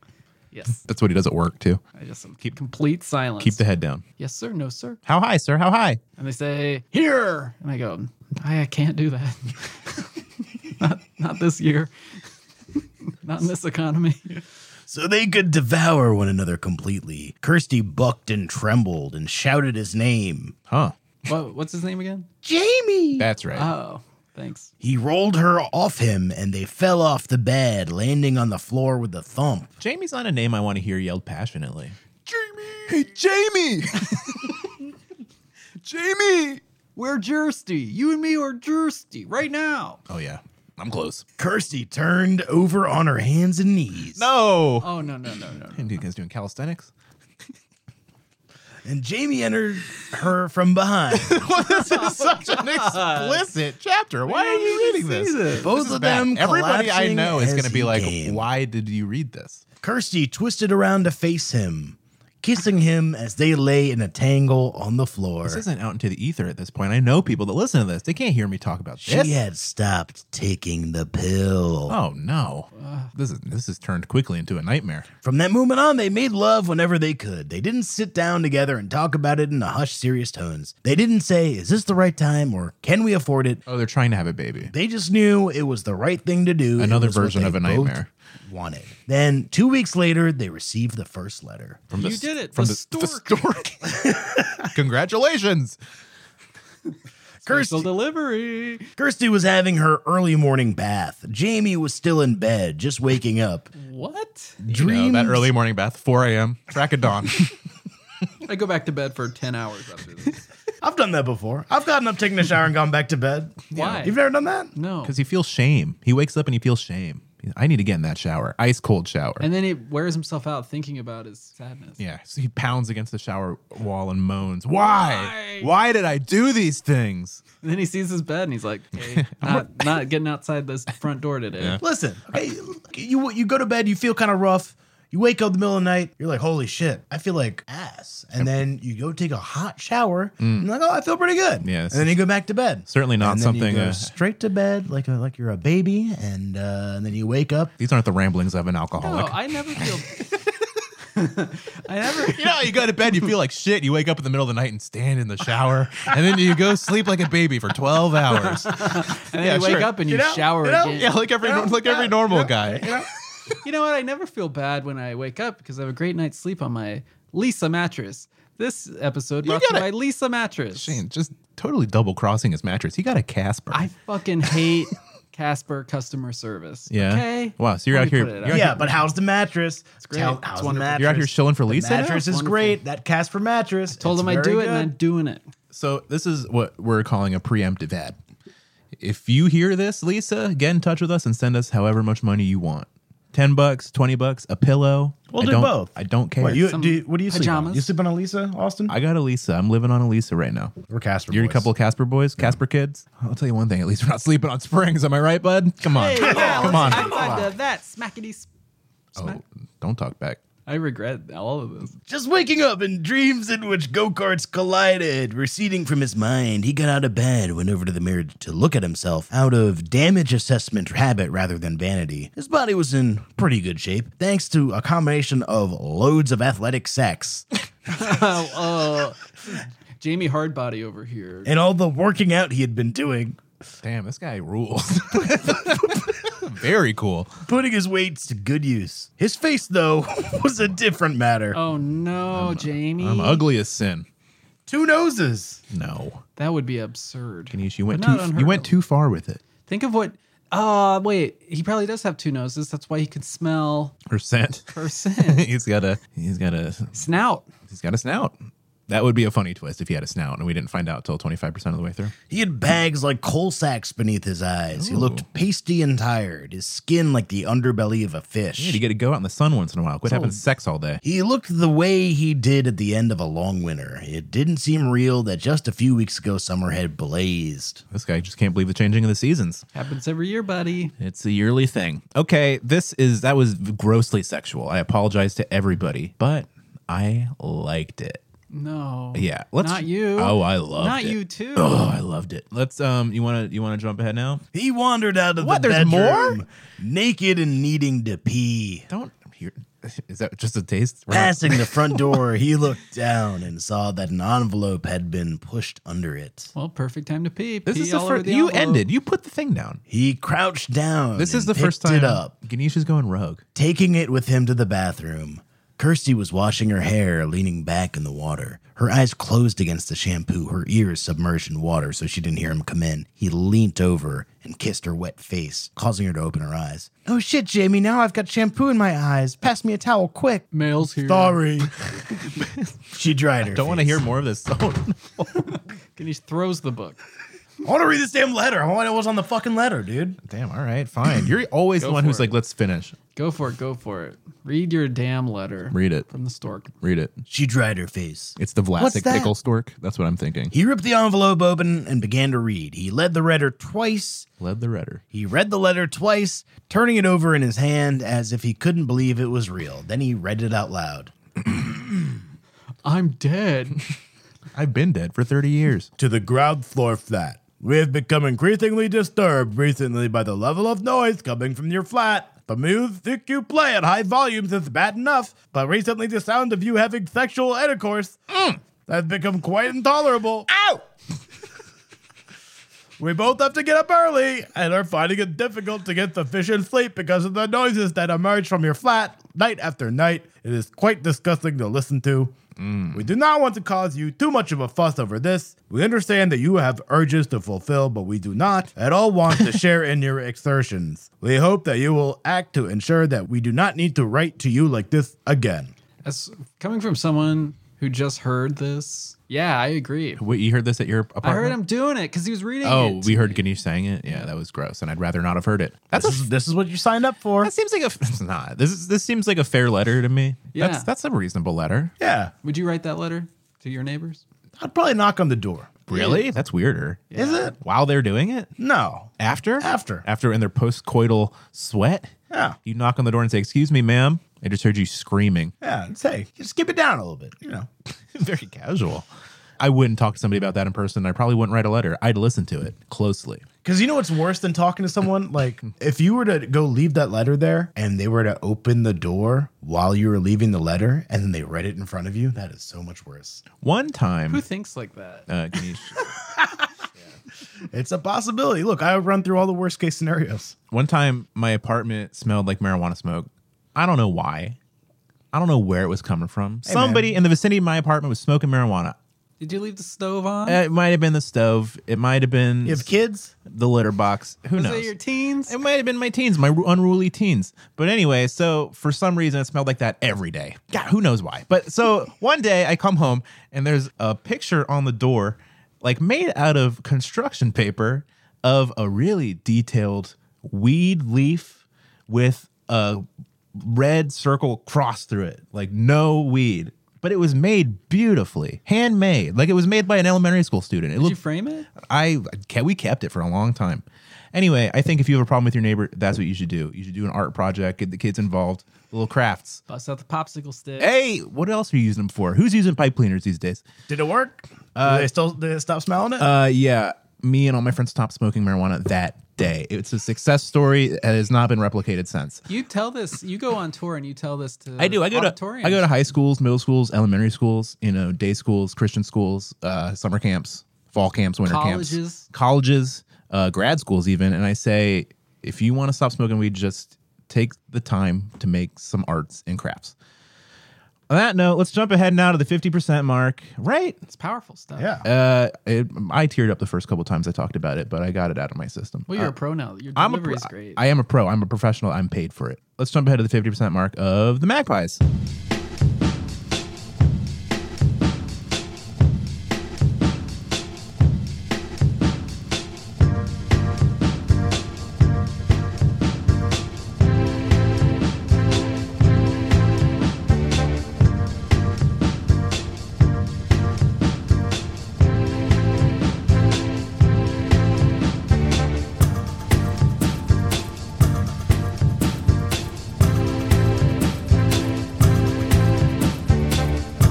Speaker 3: yes.
Speaker 1: That's what he does at work too.
Speaker 3: I just keep complete silence.
Speaker 1: Keep the head down.
Speaker 3: yes, sir. No, sir.
Speaker 1: How high, sir? How high?
Speaker 3: And they say here, and I go, I, I can't do that. not, not this year. not in this economy.
Speaker 2: So they could devour one another completely. Kirsty bucked and trembled and shouted his name.
Speaker 1: Huh.
Speaker 3: What, what's his name again?
Speaker 2: Jamie!
Speaker 1: That's right.
Speaker 3: Oh, thanks.
Speaker 2: He rolled her off him and they fell off the bed, landing on the floor with a thump.
Speaker 1: Jamie's not a name I want to hear yelled passionately. Jamie! Hey, Jamie! Jamie.
Speaker 3: We're Jersey. You and me are Jersey right now.
Speaker 1: Oh yeah, I'm close.
Speaker 2: Kirsty turned over on her hands and knees.
Speaker 1: No.
Speaker 3: Oh no no no no. no.
Speaker 1: And you guys doing calisthenics?
Speaker 2: And Jamie entered her from behind.
Speaker 1: this is such an explicit chapter. Why
Speaker 3: Man,
Speaker 1: are you
Speaker 3: you
Speaker 1: reading
Speaker 3: didn't
Speaker 1: this?
Speaker 3: see this.
Speaker 2: Both
Speaker 1: This is
Speaker 2: of
Speaker 1: bad.
Speaker 2: them
Speaker 1: Everybody I
Speaker 2: collapsing
Speaker 1: know is
Speaker 2: as
Speaker 1: going to be
Speaker 2: he
Speaker 1: like,
Speaker 2: came.
Speaker 1: "Why did you read this?"
Speaker 2: Kirsty twisted around to face him, kissing him as they lay in a tangle on the floor.
Speaker 1: This isn't out into the ether at this point. I know people that listen to this. They can't hear me talk about
Speaker 2: She
Speaker 1: this.
Speaker 2: had stopped taking the pill.
Speaker 1: Oh no. This is this has turned quickly into a nightmare.
Speaker 2: From that moment on, they made love whenever they could. They didn't sit down together and talk about it in the hushed, serious tones. They didn't say, Is this the right time or can we afford it?
Speaker 1: Oh, they're trying to have a baby.
Speaker 2: They just knew it was the right thing to do. It
Speaker 1: Another
Speaker 2: was what
Speaker 1: version
Speaker 2: they
Speaker 1: of a
Speaker 2: both
Speaker 1: nightmare.
Speaker 2: Wanted. Then, two weeks later, they received the first letter.
Speaker 1: From
Speaker 3: You
Speaker 1: s-
Speaker 3: did it.
Speaker 1: From the,
Speaker 3: The
Speaker 1: the stork. Congratulations.
Speaker 3: Special delivery.
Speaker 2: Kirsty was having her early morning bath. Jamie was still in bed, just waking up.
Speaker 3: What?
Speaker 1: You know, that
Speaker 2: Dreams-
Speaker 1: early morning bath, 4 a.m. Track of dawn.
Speaker 3: I go back to bed for ten hours after this.
Speaker 2: I've done that before. I've gotten up, taken a shower, and gone back to bed.
Speaker 3: Why?
Speaker 2: You've never done that?
Speaker 3: No.
Speaker 1: Because he feels shame. He wakes up and he feels shame. I need to get in that shower. Ice cold shower.
Speaker 3: And then he wears himself out thinking about his sadness.
Speaker 1: yeah. So he pounds against the shower wall and moans, Why?
Speaker 3: Why?
Speaker 1: Why did I do these things?
Speaker 3: And then he sees his bed and he's like, hey, not, not getting outside this front door today.
Speaker 2: Listen, okay, you you go to bed, you feel kind of rough. You wake up the middle of the night, you're like, holy shit, I feel like ass. And then you go take a hot shower, and you're like, oh, I feel pretty good.
Speaker 1: Mm. Yeah, this
Speaker 2: and then
Speaker 1: is
Speaker 2: you go back to bed.
Speaker 1: Certainly not
Speaker 2: And then
Speaker 1: something.
Speaker 2: You go
Speaker 1: uh,
Speaker 2: straight to bed, like a, like you're a baby, and, uh, and then you wake up.
Speaker 1: these aren't the ramblings of an
Speaker 3: No,
Speaker 1: alcoholic.
Speaker 3: I never feel. I never.
Speaker 1: you know, you go to bed, you feel like shit. You wake up in the middle of the night and stand in the shower, and then you go sleep like a baby for 12 hours.
Speaker 3: And then
Speaker 1: Yeah,
Speaker 3: you wake
Speaker 1: sure.
Speaker 3: up and you,
Speaker 2: You know,
Speaker 3: shower
Speaker 2: you know,
Speaker 3: again.
Speaker 1: Yeah, like every like every normal guy.
Speaker 3: You know what? I never feel bad when I wake up because I have a great night's sleep on my Lisa mattress. This episode brought to you
Speaker 1: gotta-
Speaker 3: by Lisa mattress.
Speaker 1: Shane just totally double crossing his mattress. He got a Casper.
Speaker 3: I fucking hate Casper customer service.
Speaker 1: Yeah.
Speaker 3: Okay.
Speaker 1: Wow, so you're
Speaker 3: Let
Speaker 1: out
Speaker 3: me
Speaker 1: here-
Speaker 3: put it
Speaker 1: you're
Speaker 3: out.
Speaker 2: Yeah, but how's the mattress? It's
Speaker 3: great. It's
Speaker 2: how's the
Speaker 3: wonderful.
Speaker 2: mattress?
Speaker 1: You're out here shilling for
Speaker 2: The
Speaker 1: Lisa. now?
Speaker 2: mattress is
Speaker 3: Wonderful.
Speaker 2: great. That Casper mattress.
Speaker 3: Told
Speaker 2: it's
Speaker 3: him I
Speaker 2: very
Speaker 3: do it and
Speaker 2: good.
Speaker 3: I'm doing it.
Speaker 1: So this is what we're calling a preemptive ad. If you hear this, Lisa, get in touch with us and send us however much money you want. Ten bucks, twenty bucks, a pillow.
Speaker 2: We'll
Speaker 1: I
Speaker 2: do
Speaker 1: don't-
Speaker 2: both.
Speaker 1: I don't care.
Speaker 2: What, you,
Speaker 3: Some
Speaker 2: do you- what do you sleep on?
Speaker 3: pajamas.
Speaker 2: You sleep on a Lisa, Austin?
Speaker 1: I got a Lisa. I'm living on a Lisa right now.
Speaker 2: We're Casper.
Speaker 1: You're a
Speaker 2: boys.
Speaker 1: couple Casper boys, Casper kids. I'll tell you one thing. At least we're not sleeping on springs. Am I right, bud? Come on,
Speaker 3: Hey, now,
Speaker 1: come on.
Speaker 3: Outside of that, smackety. Sp-
Speaker 1: Oh, don't talk back.
Speaker 3: I regret all of this.
Speaker 2: Just waking up in dreams in which go karts collided, receding from his mind, he got out of bed, went over to the mirror to look at himself out of damage assessment habit rather than vanity. His body was in pretty good shape, thanks to a combination of loads of athletic sex
Speaker 3: Oh, oh. Jamie Hardbody over here.
Speaker 2: and all the working out he had been doing,
Speaker 1: Damn, this guy rules. Very cool.
Speaker 2: putting his weights to good use. His face, though, was a different matter.
Speaker 3: Oh no, Jamie.
Speaker 1: I'm ugly as sin.
Speaker 2: Two noses.
Speaker 1: No,
Speaker 3: That would be absurd.
Speaker 1: Denise, you went
Speaker 3: But not
Speaker 1: too.
Speaker 3: unheard
Speaker 1: You went
Speaker 3: of.
Speaker 1: too far with it.
Speaker 3: Think of what. Uh, wait. He probably does have two noses. That's why he can smell
Speaker 1: Percent.
Speaker 3: her scent.
Speaker 1: he's got a. He's got a.
Speaker 3: Snout.
Speaker 1: He's got a snout. That would be a funny twist if he had a snout, and we didn't find out till 25% of the way through.
Speaker 2: He had bags like coal sacks beneath his eyes. He looked pasty and tired, his skin like the underbelly of a fish.
Speaker 1: You get to go out in the sun once in a while. Quit having sex all day.
Speaker 2: He looked the way he did at the end of a long winter. It didn't seem real that just a few weeks ago summer had blazed.
Speaker 1: This guy just can't believe the changing of the seasons.
Speaker 3: Happens every year, buddy.
Speaker 1: It's a yearly thing. Okay, this is that was grossly sexual. I apologize to everybody, but I liked it.
Speaker 3: No.
Speaker 1: Yeah,
Speaker 3: Not you.
Speaker 1: Oh, I loved
Speaker 3: Not
Speaker 1: it.
Speaker 3: you too.
Speaker 1: Oh, I loved it. Let's um, you wanna you wanna jump ahead now?
Speaker 2: He wandered out of
Speaker 1: What,
Speaker 2: the
Speaker 1: there's
Speaker 2: bedroom,
Speaker 1: more?
Speaker 2: naked and needing to pee.
Speaker 1: Don't here. Is that just a taste? We're not-
Speaker 2: Passing the front door, he looked down and saw that an envelope had been pushed under it.
Speaker 3: Well, perfect time to pee.
Speaker 1: This
Speaker 3: Pee
Speaker 1: is the
Speaker 3: all over
Speaker 1: first.
Speaker 3: the
Speaker 1: You
Speaker 3: envelope.
Speaker 1: ended. You put the thing down.
Speaker 2: He crouched down.
Speaker 1: This is
Speaker 2: and
Speaker 1: the first
Speaker 2: picked
Speaker 1: time
Speaker 2: It up.
Speaker 1: Ganesh is going rogue.
Speaker 2: Taking it with him to the bathroom, Kirsty was washing her hair, leaning back in the water. Her eyes closed against the shampoo, her ears submerged in water so she didn't hear him come in. He leant over and kissed her wet face, causing her to open her eyes. Oh shit, Jamie, now I've got shampoo in my eyes. Pass me a towel quick.
Speaker 3: Males here.
Speaker 2: Sorry. she dried her.
Speaker 1: Don't want to
Speaker 2: face.
Speaker 1: hear more of this. Oh, no.
Speaker 3: And he throws the book.
Speaker 2: I want to read this damn letter. I want to know what's on the fucking letter, dude.
Speaker 1: Damn. All right. Fine. You're always the
Speaker 3: Go
Speaker 1: one who's
Speaker 3: for it.
Speaker 1: like, let's finish.
Speaker 3: Go for it. Go for it. Read your damn letter.
Speaker 1: Read it.
Speaker 3: From the stork.
Speaker 1: Read it.
Speaker 2: She dried her face.
Speaker 1: It's the Vlasic
Speaker 2: that?
Speaker 1: pickle stork. That's what I'm thinking.
Speaker 2: He ripped the envelope open and began to read. He led the letter twice.
Speaker 1: Led the redder.
Speaker 2: He read the letter twice, turning it over in his hand as if he couldn't believe it was real. Then he read it out loud.
Speaker 3: I'm dead.
Speaker 1: I've been dead for 30 years.
Speaker 2: to the ground floor flat. We have become increasingly disturbed recently by the level of noise coming from your flat. The music you play at high volumes is bad enough, but recently the sound of you having sexual intercourse has become quite intolerable. Ow! we both have to get up early and are finding it difficult to get sufficient sleep because of the noises that emerge from your flat night after night. It is quite disgusting to listen to. We do not want to cause you too much of a fuss over this. We understand that you have urges to fulfill, but we do not at all want to share in your exertions. We hope that you will act to ensure that we do not need to write to you like this again.
Speaker 3: As coming from someone who just heard this, yeah, I agree.
Speaker 1: Wait, you heard this at your apartment?
Speaker 3: I heard him doing it because he was reading.
Speaker 1: Oh,
Speaker 3: it.
Speaker 1: we heard Ganesh saying it. Yeah, that was gross, and I'd rather not have heard it. That's a,
Speaker 2: This is, this is what you signed up for.
Speaker 1: that seems like a it's not. This is, this seems like a fair letter to me.
Speaker 3: Yeah.
Speaker 1: That's that's a reasonable letter.
Speaker 2: Yeah,
Speaker 3: Would you write that letter to your neighbors?
Speaker 2: I'd probably knock on the door.
Speaker 1: Really? That's weirder.
Speaker 2: Is it?
Speaker 1: While they're doing it?
Speaker 2: No.
Speaker 1: After?
Speaker 2: After.
Speaker 1: After in their post-coital sweat?
Speaker 2: Yeah.
Speaker 1: You knock on the door and say, "Excuse me, ma'am. I just heard you screaming."
Speaker 2: Yeah, say, just skip it down a little bit, you know.
Speaker 1: Very casual. I wouldn't talk to somebody about that in person. I probably wouldn't write a letter. I'd listen to it closely.
Speaker 2: Because you know what's worse than talking to someone? Like, if you were to go leave that letter there and they were to open the door while you were leaving the letter and then they read it in front of you, that is so much worse.
Speaker 1: One time,
Speaker 3: Who thinks like that?
Speaker 1: uh, Ganesh,
Speaker 2: It's a possibility. Look, I run through all the worst case scenarios.
Speaker 1: one time my apartment smelled like marijuana smoke. I don't know why. I don't know where it was coming from. Somebody in the vicinity of my apartment was smoking marijuana.
Speaker 3: Did you leave the stove on?
Speaker 1: It might have been the stove. It might have been
Speaker 2: You have kids?
Speaker 1: the litter box. Who
Speaker 3: was
Speaker 1: knows?
Speaker 3: it your teens?
Speaker 1: It might have been my teens, my ru- unruly teens. But anyway, so for some reason, it smelled like that every day. God, who knows why? But so one day, I come home and there's a picture on the door, like made out of construction paper, of a really detailed weed leaf with a red circle crossed through it, like no weed. But it was made beautifully, handmade, like it was made by an elementary school student. It
Speaker 3: Did
Speaker 1: looked
Speaker 3: you frame it?
Speaker 1: I ke- we kept it for a long time. Anyway, I think if you have a problem with your neighbor, that's what you should do. You should do an art project, get the kids involved, little crafts.
Speaker 3: Bust out the popsicle stick.
Speaker 1: Hey, what else are you using them for? Who's using pipe cleaners these days?
Speaker 2: Did it work? Uh, did they still did they stop smelling it?
Speaker 1: Uh, yeah, me and all my friends stopped smoking marijuana that day. It's a success story that has not been replicated since.
Speaker 3: You tell this. You go on tour and you tell this to.
Speaker 1: I do. I go to I go to high schools, middle schools, elementary schools, you know, day schools, Christian schools, uh, summer camps, fall camps, winter
Speaker 3: Colleges.
Speaker 1: camps, colleges, uh, grad schools, even. And I say, if you want to stop smoking weed, just take the time to make some arts and crafts. On that note, let's jump ahead now to the fifty percent mark. Right?
Speaker 3: It's powerful stuff.
Speaker 2: yeah.
Speaker 1: Uh, it, I teared up the first couple times I talked about it, but I got it out of my system.
Speaker 3: Well,
Speaker 1: Uh,
Speaker 3: you're a pro now. Your
Speaker 1: I'm a pro-
Speaker 3: delivery is great.
Speaker 1: I am a pro. I'm a professional. I'm paid for it. Let's jump ahead to the 50% mark of the Magpies.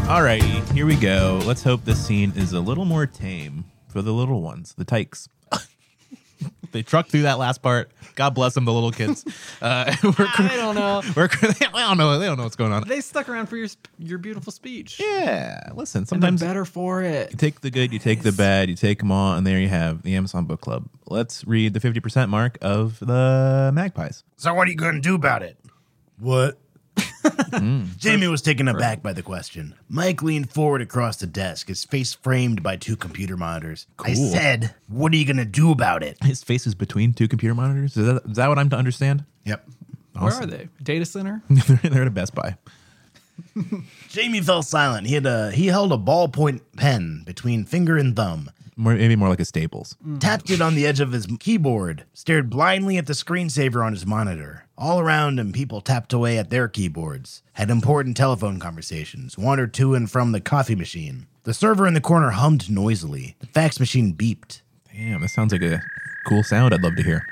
Speaker 1: Alrighty, here we go. Let's hope this scene is a little more tame for the little ones, the tykes. they trucked through that last part. God bless them, the little kids. Uh, we're,
Speaker 3: I don't know.
Speaker 1: we're, they don't know. They don't know what's going on.
Speaker 3: They stuck around for your sp- your beautiful speech.
Speaker 1: Yeah, listen.
Speaker 3: And they're
Speaker 1: Sometimes
Speaker 3: better for it.
Speaker 1: you take the good, you take the bad, you take them all, and there you have the Amazon Book Club. Let's read the fifty percent mark of the Magpies.
Speaker 2: so what are you gonna do about it? What? Jamie was taken aback by the question. Mike leaned forward across the desk, his face framed by two computer monitors. I
Speaker 1: Cool.
Speaker 2: said, What are you gonna do about it?
Speaker 1: His face is between two computer monitors. Is that, is that what I'm to understand?
Speaker 2: Yep.
Speaker 3: Where are they? Data center.
Speaker 1: Hmm. They're at a Best Buy.
Speaker 2: Jamie fell silent. He had a he held a ballpoint pen between finger and thumb.
Speaker 1: more, maybe more like a Staples.
Speaker 2: tapped it on the edge of his keyboard, stared blindly at the screensaver on his monitor. All around him, people tapped away at their keyboards, had important telephone conversations, wandered to and from the coffee machine. The server in the corner hummed noisily. The fax machine beeped.
Speaker 1: Damn, that sounds like a cool sound. I'd love to hear.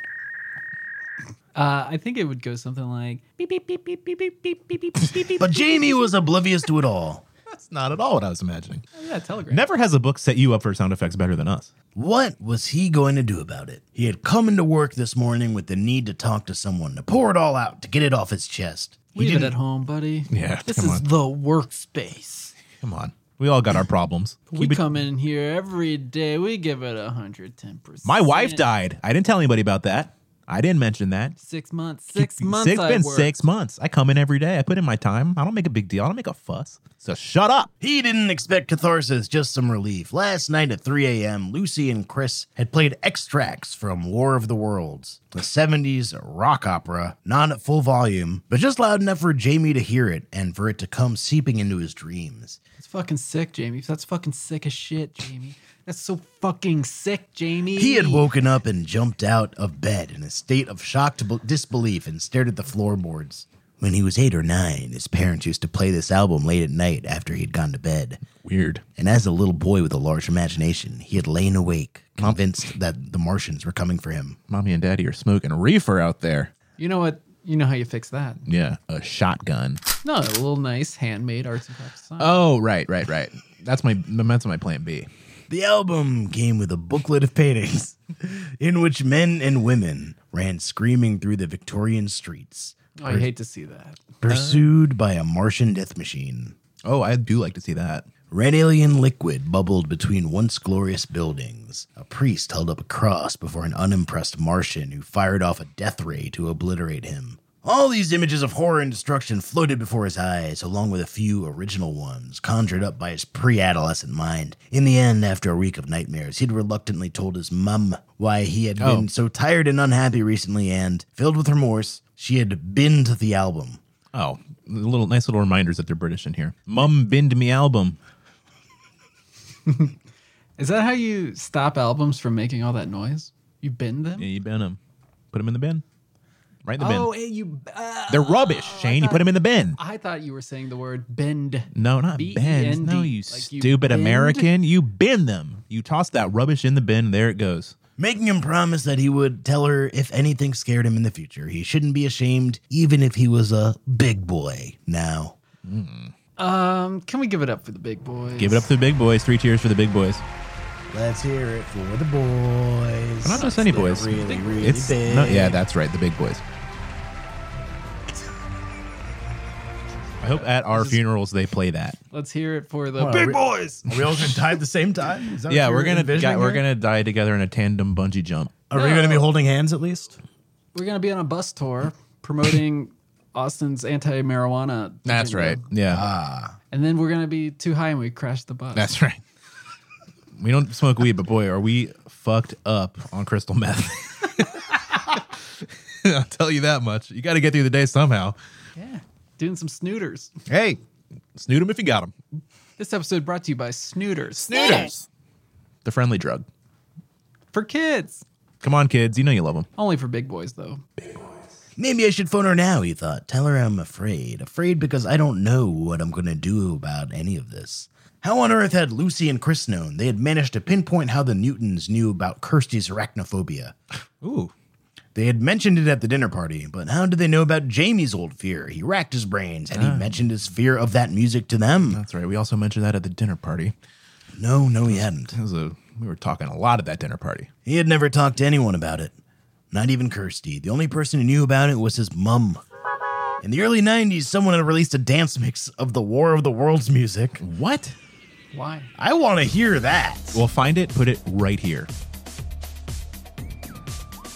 Speaker 3: Uh, I think it would go something like beep beep beep beep beep beep beep beep beep beep. beep.
Speaker 2: But Jamie was oblivious to it all.
Speaker 1: That's not at all what I was imagining.
Speaker 3: yeah, telegram.
Speaker 1: Never has a book set you up for sound effects better than us.
Speaker 2: What was he going to do about it? He had come into work this morning with the need to talk to someone, to pour it all out, to get it off his chest. He
Speaker 3: Leave it
Speaker 2: didn't-
Speaker 3: at home, buddy.
Speaker 1: Yeah,
Speaker 3: this
Speaker 1: come
Speaker 3: is
Speaker 1: on.
Speaker 3: the workspace.
Speaker 1: Come on. We all got our problems.
Speaker 3: We come in here every day. We give it hundred ten percent.
Speaker 1: My wife died. I didn't tell anybody about that. I didn't mention that.
Speaker 3: Six months. Six months.
Speaker 1: It's
Speaker 3: I
Speaker 1: been
Speaker 3: worked.
Speaker 1: six months. I come in every day. I put in my time. I don't make a big deal. I don't make a fuss. So shut up.
Speaker 2: He didn't expect catharsis, just some relief. Last night at 3 a.m., Lucy and Chris had played extracts from War of the Worlds, the 70s rock opera, not at full volume, but just loud enough for Jamie to hear it and for it to come seeping into his dreams.
Speaker 3: It's fucking sick, Jamie. That's fucking sick as shit, Jamie. That's so fucking sick, Jamie.
Speaker 2: He had woken up and jumped out of bed in a state of shocked b- disbelief and stared at the floorboards. When he was eight or nine, his parents used to play this album late at night after he'd gone to bed.
Speaker 1: Weird.
Speaker 2: And as a little boy with a large imagination, he had lain awake, convinced that the Martians were coming for him.
Speaker 1: Mommy and daddy are smoking reefer out there.
Speaker 3: You know what? You know how you fix that?
Speaker 1: Yeah, a shotgun.
Speaker 3: No, a little nice handmade arts and crafts sign.
Speaker 1: Oh, right, right, right. That's my that's my plan B.
Speaker 2: The album came with a booklet of paintings in which men and women ran screaming through the Victorian streets,
Speaker 3: Oh, I hate to see that.
Speaker 2: pursued by a Martian death machine.
Speaker 1: Oh, I do like to see that.
Speaker 2: Red alien liquid bubbled between once glorious buildings. A priest held up a cross before an unimpressed Martian who fired off a death ray to obliterate him. All these images of horror and destruction floated before his eyes, along with a few original ones conjured up by his pre adolescent mind. In the end, after a week of nightmares, he'd reluctantly told his mum why he had been so tired and unhappy recently, and, filled with remorse, she had binned the album.
Speaker 1: Oh, little nice little reminders that they're British in here. Mum binned me album.
Speaker 3: Is that how you stop albums from making all that noise? You bend them?
Speaker 1: Yeah, you bin them. Put them in the bin. Right in the
Speaker 3: oh,
Speaker 1: bin.
Speaker 3: eh, you. Uh,
Speaker 1: They're rubbish, Shane. You put them in the bin.
Speaker 3: I thought you were saying the word bend.
Speaker 1: No, not
Speaker 3: B E
Speaker 1: bends.
Speaker 3: N D.
Speaker 1: No, you
Speaker 3: Like you
Speaker 1: stupid
Speaker 3: bend?
Speaker 1: American. You bin them. You toss that rubbish in the bin. There it goes.
Speaker 2: making him promise that he would tell her if anything scared him in the future. He shouldn't be ashamed, even if he was a big boy now.
Speaker 3: Um, can we give it up for the big boys?
Speaker 1: Give it up to the big boys. Three cheers for the big boys.
Speaker 2: Let's hear it for the boys.
Speaker 1: But not just any
Speaker 2: They're
Speaker 1: boys.
Speaker 2: Really, really
Speaker 1: it's
Speaker 2: big.
Speaker 1: no, yeah, that's right. The big boys. I hope at our funerals they play that.
Speaker 3: Let's hear it for the
Speaker 2: Well,
Speaker 3: big
Speaker 2: we-
Speaker 3: boys.
Speaker 2: Are we all gonna die at the same time? Is that
Speaker 1: Yeah,
Speaker 2: what
Speaker 1: we're
Speaker 2: you're
Speaker 1: gonna
Speaker 2: envisioning
Speaker 1: die, we're
Speaker 2: here?
Speaker 1: gonna die together in a tandem bungee jump.
Speaker 2: Are we gonna be holding hands at least?
Speaker 3: We're gonna be on a bus tour promoting Austin's anti-marijuana. agenda.
Speaker 1: Yeah,
Speaker 3: And then we're gonna be too high and we crash the bus.
Speaker 1: that's right. We don't smoke weed, but boy, are we fucked up on crystal meth. I'll tell you that much. You got to get through the day somehow.
Speaker 3: yeah. Doing some snooters.
Speaker 1: Hey, snoot 'em if you got 'em.
Speaker 3: This episode brought to you by Snooters
Speaker 1: Snooters, the friendly drug.
Speaker 3: for kids.
Speaker 1: Come on, kids. You know you love 'em.
Speaker 3: Only for big boys though.
Speaker 2: Maybe I should phone her now, he thought. Tell her I'm afraid. Afraid because I don't know what I'm going to do about any of this. How on earth had Lucy and Chris known? They had managed to pinpoint how the Newtons knew about Kirsty's arachnophobia.
Speaker 1: Ooh,
Speaker 2: They had mentioned it at the dinner party, but how did they know about Jamie's old fear? He racked his brains. Had he mentioned his fear of that music to them?
Speaker 1: that's right. We also mentioned that at the dinner party.
Speaker 2: No, no, he hadn't.
Speaker 1: That was a we were talking a lot at that dinner party.
Speaker 2: He had never talked to anyone about it. Not even Kirsty. The only person who knew about it was his mum. In the early 90s, someone had released a dance mix of the War of the Worlds music.
Speaker 1: What?
Speaker 3: Why?
Speaker 2: I want to hear that.
Speaker 1: We'll find it, put it right here.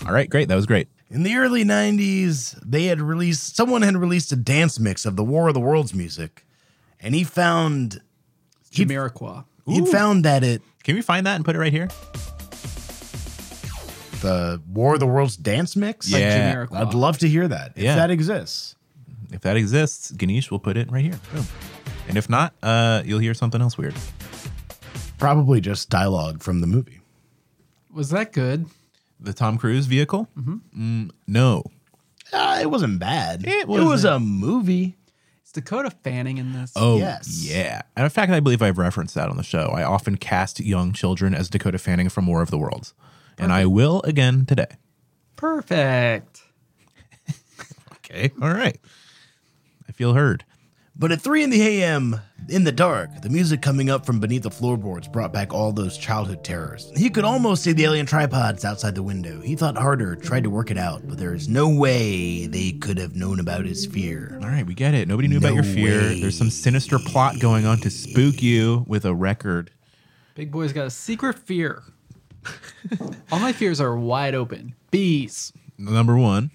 Speaker 1: All right, great. That was great.
Speaker 2: In the early 90s, they had released someone had released a dance mix of the War of the Worlds music, and he found He'd-
Speaker 3: Jamiroquai.
Speaker 2: he found that it
Speaker 1: Can we find that and put it right here?
Speaker 2: the War of the Worlds dance mix.
Speaker 1: Yeah.
Speaker 3: Jamiroquai.
Speaker 2: I'd love to hear that if
Speaker 1: Yeah.
Speaker 2: that exists.
Speaker 1: If that exists, Ganesh will put it right here. Boom. And if not, uh, you'll hear something else weird.
Speaker 2: Probably just dialogue from the movie.
Speaker 3: was that good?
Speaker 1: The Tom Cruise vehicle? Mm-hmm. no.
Speaker 2: Uh, it wasn't bad.
Speaker 1: It
Speaker 2: It, was a movie.
Speaker 3: Is Dakota Fanning in this?
Speaker 1: Oh,
Speaker 2: Yes.
Speaker 1: yeah. And in fact, I believe I've referenced that on the show. I often cast young children as Dakota Fanning from War of the Worlds. And I will again today.
Speaker 3: perfect.
Speaker 1: Okay. All right. I feel heard.
Speaker 2: But at 3 in the a.m., in the dark, the music coming up from beneath the floorboards brought back all those childhood terrors. He could almost see the alien tripods outside the window. He thought harder, tried to work it out, but there is no way they could have known about his fear.
Speaker 1: All right, we get it. Nobody knew about
Speaker 2: No
Speaker 1: your fear.
Speaker 2: way.
Speaker 1: There's some sinister plot going on to spook you with a record.
Speaker 3: Big boy's got a secret fear. All my fears are wide open. Bees.
Speaker 1: Number one,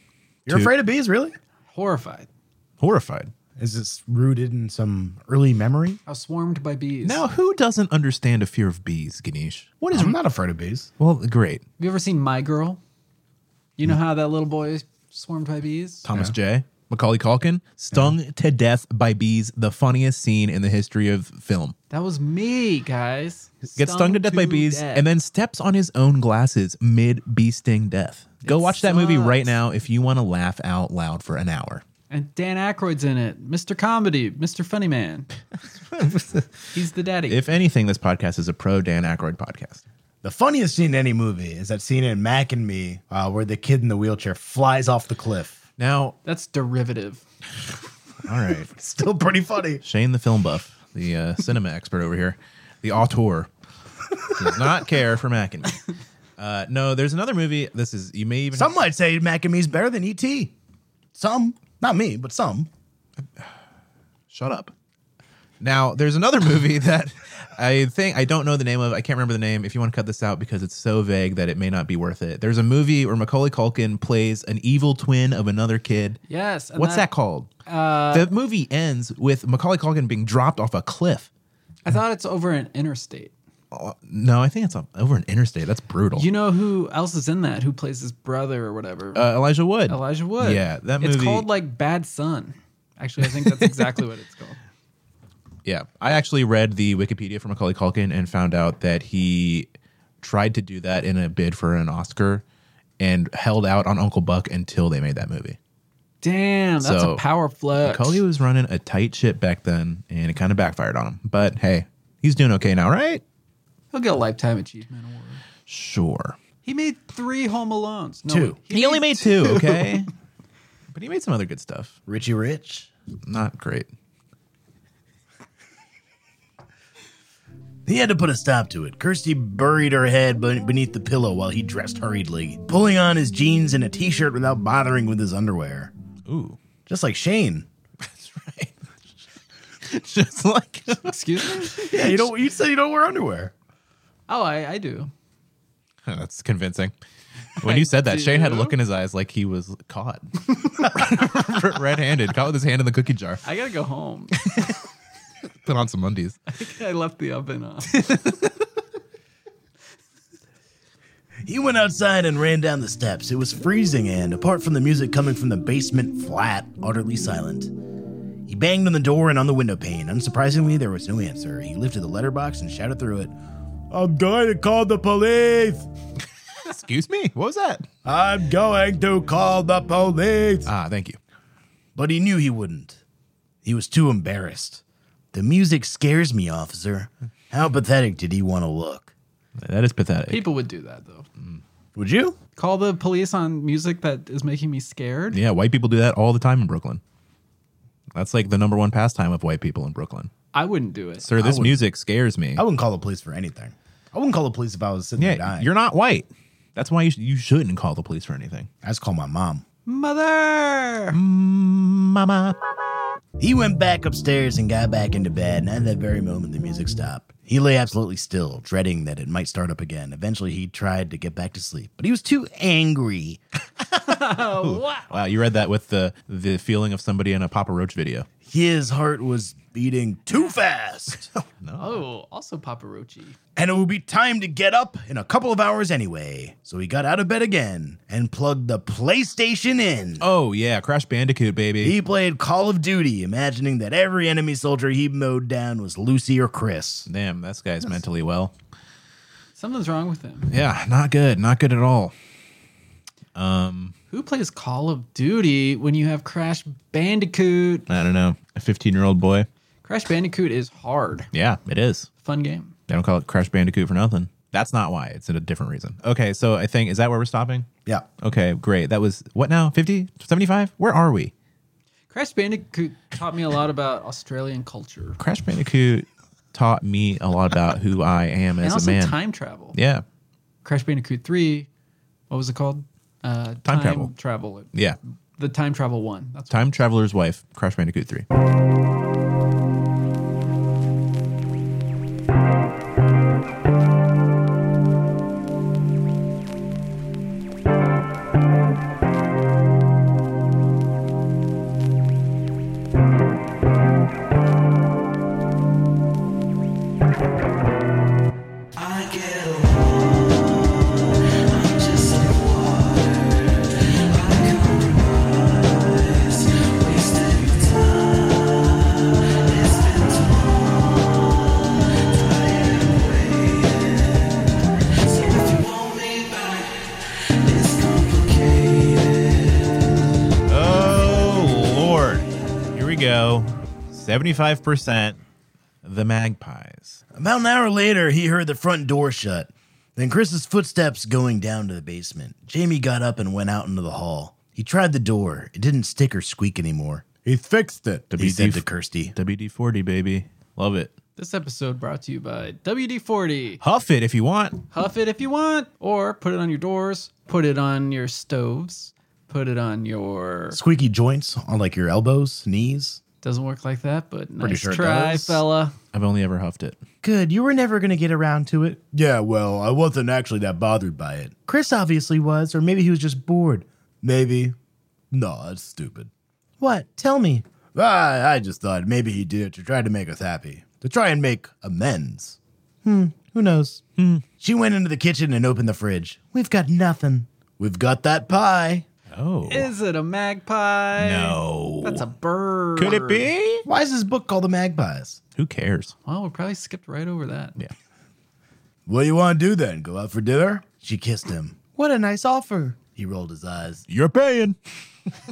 Speaker 2: You're
Speaker 1: Two.
Speaker 2: afraid of bees, really?
Speaker 3: Horrified.
Speaker 1: horrified.
Speaker 2: Is this rooted in some early memory?
Speaker 3: I was swarmed by bees.
Speaker 1: Now, who doesn't understand a fear of bees, Ganesh?
Speaker 2: What is I'm not afraid of bees.
Speaker 1: Well, great.
Speaker 3: Have you ever seen My Girl? You
Speaker 1: Hmm.
Speaker 3: know how that little boy is swarmed by bees?
Speaker 1: Thomas J. Macaulay Culkin, stung to death by bees, the funniest scene in the history of film.
Speaker 3: That was me, guys.
Speaker 1: Gets stung, to death by bees and then steps on his own glasses mid bee sting death. Go
Speaker 3: It
Speaker 1: watch that movie
Speaker 3: sucks.
Speaker 1: right now if you want to laugh out loud for an hour.
Speaker 3: And Dan Aykroyd's in it. Mr. Comedy, Mr. Funny Man. He's the daddy.
Speaker 1: If anything, this podcast is a pro Dan Aykroyd podcast.
Speaker 2: The funniest scene in any movie is that scene in Mac and Me uh, where the kid in the wheelchair flies off the cliff.
Speaker 1: Now,
Speaker 3: That's derivative.
Speaker 1: all right,
Speaker 2: Still pretty funny.
Speaker 1: Shane the film buff, the uh, cinema expert over here, the auteur, does not care for Mac and me. Uh, no, there's another movie. This is you may even
Speaker 2: Some might say Mac and Me's better than E.T. Some, not me, but some.
Speaker 1: Shut up. Now, there's another movie that I think I don't know the name of. I can't remember the name. If you want to cut this out because it's so vague that it may not be worth it. There's a movie where Macaulay Culkin plays an evil twin of another kid.
Speaker 3: Yes. and
Speaker 1: What's that, called?
Speaker 3: Uh,
Speaker 1: the movie ends with Macaulay Culkin being dropped off a cliff.
Speaker 3: I thought it's over in Interstate.
Speaker 1: No, I think it's on- over an interstate. That's brutal.
Speaker 3: You know who else is in that? Who plays his brother or whatever?
Speaker 1: uh, Elijah Wood.
Speaker 3: Elijah Wood.
Speaker 1: Yeah, that
Speaker 3: It's
Speaker 1: movie-
Speaker 3: called like Bad Son. Actually, I think that's exactly what it's called.
Speaker 1: Yeah, I actually read the Wikipedia for Macaulay Culkin and found out that he tried to do that in a bid for an Oscar and held out on Uncle Buck until they made that movie.
Speaker 3: Damn, that's
Speaker 1: So,
Speaker 3: a power flex.
Speaker 1: Macaulay was running a tight ship back then, and it kind of backfired on him. But hey, he's doing okay now, right?
Speaker 3: He'll get a lifetime achievement award.
Speaker 1: Sure.
Speaker 3: He made three Home Alones. No,
Speaker 2: Two.
Speaker 1: He, only made two, okay? but he made some other good stuff.
Speaker 2: Richie Rich.
Speaker 1: Not great.
Speaker 2: He had to put a stop to it. Kirsty buried her head ben- beneath the pillow while he dressed hurriedly, pulling on his jeans and a t shirt without bothering with his underwear.
Speaker 1: Ooh,
Speaker 2: Just like Shane.
Speaker 1: that's right. Just like
Speaker 3: Excuse me?
Speaker 2: Yeah, you don't. You said you don't wear underwear.
Speaker 3: Oh, I, I do.
Speaker 1: that's convincing. When you said that, Shane had a look in his eyes like he was caught, red-handed, caught with his hand in the cookie jar.
Speaker 3: I gotta go home.
Speaker 1: Put on some undies.
Speaker 3: I left the oven on.
Speaker 2: He went outside and ran down the steps. It was freezing, and apart from the music coming from the basement flat, utterly silent. He banged on the door and on the window pane. Unsurprisingly, there was no answer. He lifted the letterbox and shouted through it I'm going to call the police!
Speaker 1: Excuse me. What was that?
Speaker 2: I'm going to call the police!
Speaker 1: Ah, thank you.
Speaker 2: But he knew he wouldn't. He was too embarrassed. The music scares me, officer. How pathetic did he want to look?
Speaker 1: That is pathetic.
Speaker 3: People would do that though.
Speaker 2: Would you?
Speaker 3: Call the police on music that is making me scared.
Speaker 1: Yeah, white people do that all the time in Brooklyn. That's like the number one pastime of white people in Brooklyn.
Speaker 3: I wouldn't do it.
Speaker 1: Sir, this
Speaker 2: would-
Speaker 1: music scares me.
Speaker 2: I wouldn't call the police for anything. I wouldn't call the police if I was sitting there
Speaker 1: yeah,
Speaker 2: dying.
Speaker 1: you're not white. That's why you, sh- you shouldn't call the police for anything.
Speaker 2: I just call my mom.
Speaker 3: Mother.
Speaker 1: Mama.
Speaker 2: He went back upstairs and got back into bed, and at that very moment, the music stopped. He lay absolutely still, dreading that it might start up again. Eventually, he tried to get back to sleep, but he was too angry.
Speaker 3: Oh, wow.
Speaker 1: Wow, you read that with the the feeling of somebody in a Papa Roach video.
Speaker 2: His heart was beating too fast.
Speaker 3: Oh, also Papa Roachy.
Speaker 2: and it would be time to get up in a couple of hours anyway. So he got out of bed again and plugged the PlayStation in.
Speaker 1: Oh yeah, Crash Bandicoot, baby.
Speaker 2: He played Call of Duty, imagining that every enemy soldier he mowed down was Lucy or Chris.
Speaker 1: Damn, this guy's mentally well.
Speaker 3: Something's wrong with him.
Speaker 1: Yeah, not good. Not good at all.
Speaker 3: Who plays Call of Duty when you have Crash Bandicoot?
Speaker 1: I don't know. A 15 year old boy.
Speaker 3: Crash Bandicoot is hard.
Speaker 1: Yeah, it is.
Speaker 3: Fun game.
Speaker 1: They don't call it Crash Bandicoot for nothing. That's not why. It's a different reason. Okay, so I think, is that where we're stopping?
Speaker 2: Yeah.
Speaker 1: Okay, great. That was what now? 50? 75? Where are we?
Speaker 3: Crash Bandicoot taught me a lot about Australian culture
Speaker 1: Crash Bandicoot taught me a lot about who I am
Speaker 3: and
Speaker 1: as a
Speaker 3: also
Speaker 1: man.
Speaker 3: time travel.
Speaker 1: Yeah.
Speaker 3: Crash Bandicoot 3, what was it called? Uh, time,
Speaker 1: travel.
Speaker 3: travel.
Speaker 1: Yeah.
Speaker 3: The time travel one. That's
Speaker 1: Time Traveler's Wife, Crash Bandicoot 3.
Speaker 4: I get a wall. I'm just a water. I compromise. Wasting time. It's been too long. Tired of waiting. So if you want me back, it's complicated.
Speaker 1: Oh, Lord. Here we go. 75% the magpies.
Speaker 2: About an hour later, he heard the front door shut, then Chris's footsteps going down to the basement. Jamie got up and went out into the hall. He tried the door. It didn't stick or squeak anymore. He fixed it, he
Speaker 1: WD
Speaker 2: said to
Speaker 1: f-
Speaker 2: Kirsty.
Speaker 1: WD 40, baby. Love it.
Speaker 3: This episode brought to you by WD-40.
Speaker 1: Huff it if you want.
Speaker 3: Huff it if you want, or put it on your doors, put it on your stoves, put it on your.
Speaker 2: Squeaky joints on like your elbows, knees.
Speaker 3: Doesn't work like that, but nice
Speaker 2: sure it
Speaker 3: try,
Speaker 2: does.
Speaker 3: fella.
Speaker 1: I've only ever huffed it.
Speaker 5: Good, you were never going to get around to it.
Speaker 2: Yeah, well, I wasn't actually that bothered by it.
Speaker 5: Chris obviously was, or maybe he was just bored.
Speaker 2: Maybe. No, that's stupid.
Speaker 5: What? Tell me.
Speaker 2: I, I just thought maybe he did it to try to make us happy, to try and make amends.
Speaker 5: Hmm, Who knows?
Speaker 2: She went into the kitchen and opened the fridge.
Speaker 5: We've got nothing.
Speaker 2: We've got that pie.
Speaker 1: Oh.
Speaker 3: Is it a magpie?
Speaker 1: no.
Speaker 3: That's a bird.
Speaker 1: Could it be?
Speaker 2: Why is this book called The Magpies?
Speaker 1: Who cares?
Speaker 3: Well, we probably skipped right over that.
Speaker 1: Yeah.
Speaker 2: What do you want to do then? Go out for dinner? She kissed him.
Speaker 5: What a nice offer.
Speaker 2: He rolled his eyes.
Speaker 1: You're paying.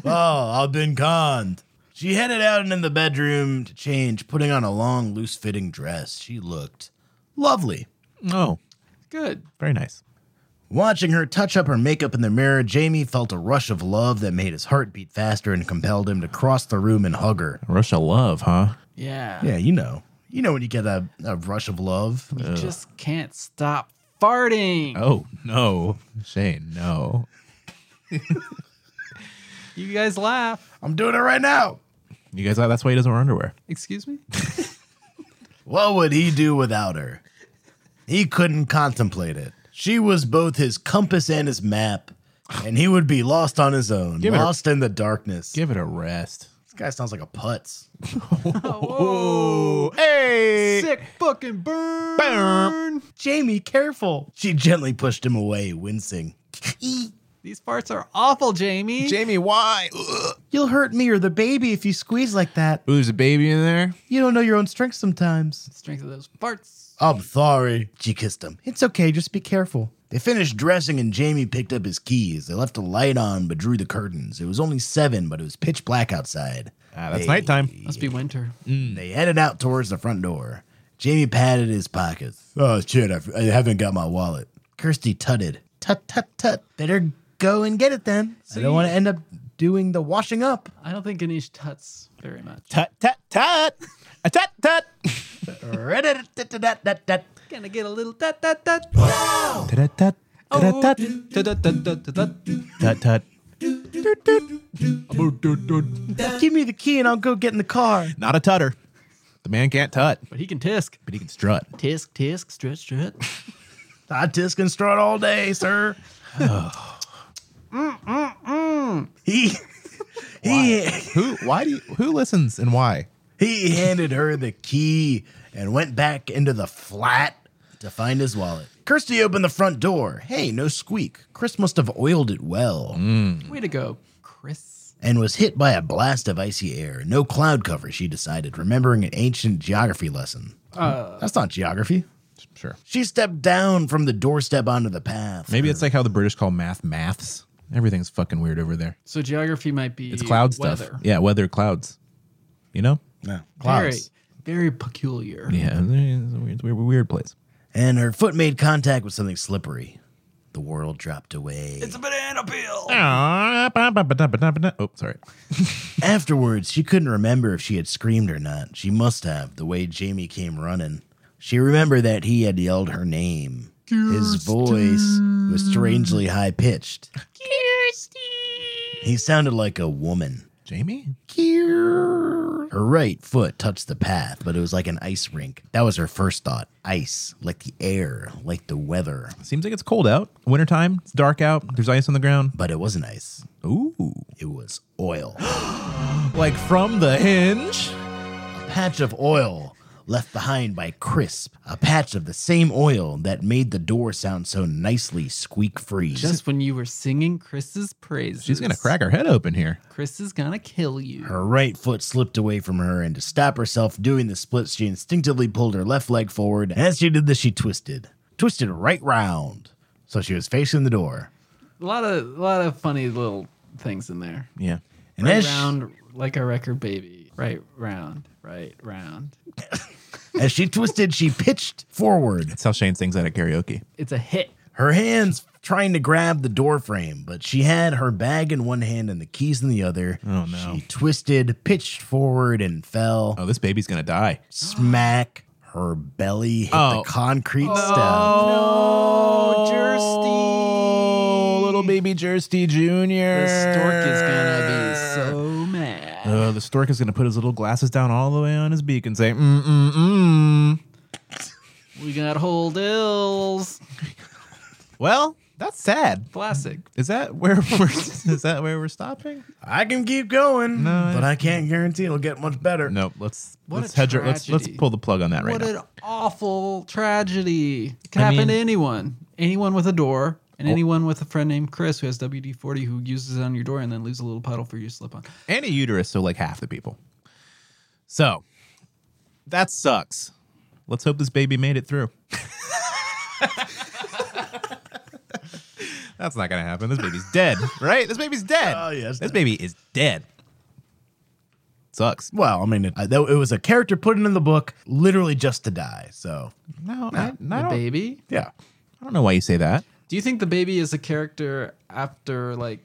Speaker 2: oh, I've been conned. She headed out and in the bedroom to change, putting on a long, loose fitting dress. She looked lovely.
Speaker 1: Oh,
Speaker 3: Good.
Speaker 1: very nice.
Speaker 2: Watching her touch up her makeup in the mirror, Jamie felt a rush of love that made his heart beat faster and compelled him to cross the room and hug her.
Speaker 1: A rush of love, huh?
Speaker 3: Yeah.
Speaker 2: Yeah, you know. You know when you get a, a rush of love.
Speaker 3: You just can't stop farting.
Speaker 1: Oh, no. Shane, no.
Speaker 3: You guys laugh.
Speaker 2: I'm doing it right now.
Speaker 1: You guys, that's why he doesn't wear underwear.
Speaker 3: Excuse me?
Speaker 2: What would he do without her? He couldn't contemplate it. She was both his compass and his map, and he would be lost on his own,
Speaker 1: Give it a-
Speaker 2: lost in the darkness.
Speaker 1: Give it a rest.
Speaker 2: this guy sounds like a putz.
Speaker 1: Oh, hey.
Speaker 3: Sick fucking burn.
Speaker 1: Burn.
Speaker 5: Jamie, careful.
Speaker 2: She gently pushed him away, wincing.
Speaker 5: E,
Speaker 3: These farts are awful, Jamie.
Speaker 1: Jamie, why?
Speaker 5: You'll hurt me or the baby if you squeeze like that.
Speaker 1: Ooh, there's a baby in there.
Speaker 5: You don't know your own strength sometimes.
Speaker 3: Strength of those farts.
Speaker 2: I'm sorry. She kissed him.
Speaker 5: It's okay, just be careful.
Speaker 2: They finished dressing and Jamie picked up his keys. They left a light on but drew the curtains. It was only seven, but it was pitch black outside.
Speaker 1: Ah, that's
Speaker 2: Hey.
Speaker 1: nighttime.
Speaker 3: Must be winter.
Speaker 2: They headed out towards the front door. Jamie patted his pockets. Oh, shit, I, I haven't got my wallet. Kirsty tutted.
Speaker 5: Tut, tut, tut. Better go and get it then. I don't want to end up doing the washing up.
Speaker 3: I don't think Ganesh tuts very much.
Speaker 1: Tut, tut, tut. A tut, tut.
Speaker 3: Gonna get a little tut tut tut.
Speaker 1: Tut, tut.
Speaker 3: Oh.
Speaker 1: Tut,
Speaker 3: Tut, tut, tut, tut, tut, tut.
Speaker 1: tut. Tut, tut.
Speaker 5: Give me the key and I'll go get in the car.
Speaker 1: Not a tutter. The man can't tut,
Speaker 3: But he can tisk.
Speaker 1: but he can strut.
Speaker 3: Tisk, tisk, strut, strut.
Speaker 2: I tisk and strut all day, sir. Mm, he he
Speaker 1: Who? Why do you? Who listens and why?
Speaker 2: he handed her the key and went back into the flat to find his wallet. Kirsty opened the front door. Hey, no squeak. Chris must have oiled it well
Speaker 3: Way to go, Chris.
Speaker 2: and was hit by a blast of icy air. No cloud cover, she decided, remembering an ancient geography lesson. That's not geography.
Speaker 1: Sure.
Speaker 2: She stepped down from the doorstep onto the path.
Speaker 1: Maybe it's like how the British call math maths. Everything's fucking weird over there.
Speaker 3: So geography might be
Speaker 1: It's cloud stuff.
Speaker 3: weather.
Speaker 1: Yeah, weather clouds. You know?
Speaker 2: Yeah,
Speaker 3: Very,
Speaker 2: clouds.
Speaker 3: very peculiar.
Speaker 1: Yeah, it's a weird, weird, weird place.
Speaker 2: And her foot made contact with something slippery. The world dropped away.
Speaker 3: It's a banana peel.
Speaker 1: Oh, sorry.
Speaker 2: Afterwards, she couldn't remember if she had screamed or not. She must have, the way Jamie came running. She remembered that he had yelled her name. His voice was strangely high pitched. He sounded like a woman.
Speaker 1: Jamie?
Speaker 2: Her right foot touched the path, but it was like an ice rink. That was her first thought. Ice, like the air, like the weather.
Speaker 1: Seems like it's cold out. Wintertime. It's dark out. There's ice on the ground.
Speaker 2: But it wasn't ice,
Speaker 1: Ooh.
Speaker 2: it was oil.
Speaker 1: Like from the hinge?
Speaker 2: patch of oil left behind by Crisp, a patch of the same oil that made the door sound so nicely squeak free.
Speaker 3: Just when you were singing Chris's praises,
Speaker 1: She's going to crack her head open here.
Speaker 3: Chris is gonna kill you.
Speaker 2: her right foot slipped away from her, and to stop herself doing the splits, she instinctively pulled her left leg forward. As she did this, she twisted, twisted right round. So she was facing the door.
Speaker 3: A lot of, a lot of funny little things in there.
Speaker 1: Yeah.
Speaker 2: And
Speaker 3: Right
Speaker 2: as,
Speaker 3: round like a record baby. Right round. Right round.
Speaker 2: She, as she twisted, she pitched forward,
Speaker 1: That's how Shane sings that at karaoke.
Speaker 3: It's a hit.
Speaker 2: her hands trying to grab the door frame, but she had her bag in one hand and the keys in the other.
Speaker 1: Oh, no.
Speaker 2: She twisted, pitched forward, and fell.
Speaker 1: Oh, this baby's going to die.
Speaker 2: smack her belly hit
Speaker 1: Oh.
Speaker 2: the concrete step.
Speaker 3: Oh, Jersey.
Speaker 1: Oh, little baby Jersey Jr.
Speaker 3: The
Speaker 1: The
Speaker 3: stork is gonna be so mad.
Speaker 1: Uh, the stork is going to put his little glasses down all the way on his beak and say, mm, mm, mm.
Speaker 3: We got hold ills.
Speaker 1: Well, that's sad.
Speaker 3: Classic.
Speaker 1: Is that where we're, is that where we're stopping?
Speaker 2: I can keep going,
Speaker 1: No,
Speaker 2: but I can't guarantee it'll get much better.
Speaker 1: No, let's
Speaker 3: What
Speaker 1: let's
Speaker 3: a
Speaker 1: hedge our, let's let's
Speaker 3: tragedy.
Speaker 1: pull the plug on that right
Speaker 3: what
Speaker 1: now.
Speaker 3: an awful tragedy. It can
Speaker 1: I
Speaker 3: happen to
Speaker 1: mean-
Speaker 3: anyone. Anyone with a door, and anyone with a friend named Chris who has WD 40 who uses it on your door and then leaves a little puddle for you to slip on.
Speaker 1: and a uterus, so like half the people. So that sucks. Let's hope this baby made it through. That's not gonna happen. This baby's dead, right? This baby's dead.
Speaker 2: Oh, yes.
Speaker 1: This baby is dead. Sucks.
Speaker 2: Well, I mean, it, I- that- it was a character put in the book literally just to die. So,
Speaker 1: No, I, I don't.
Speaker 3: The baby?
Speaker 2: yeah.
Speaker 1: I don't know why you say that.
Speaker 3: Do you think the baby is a character after like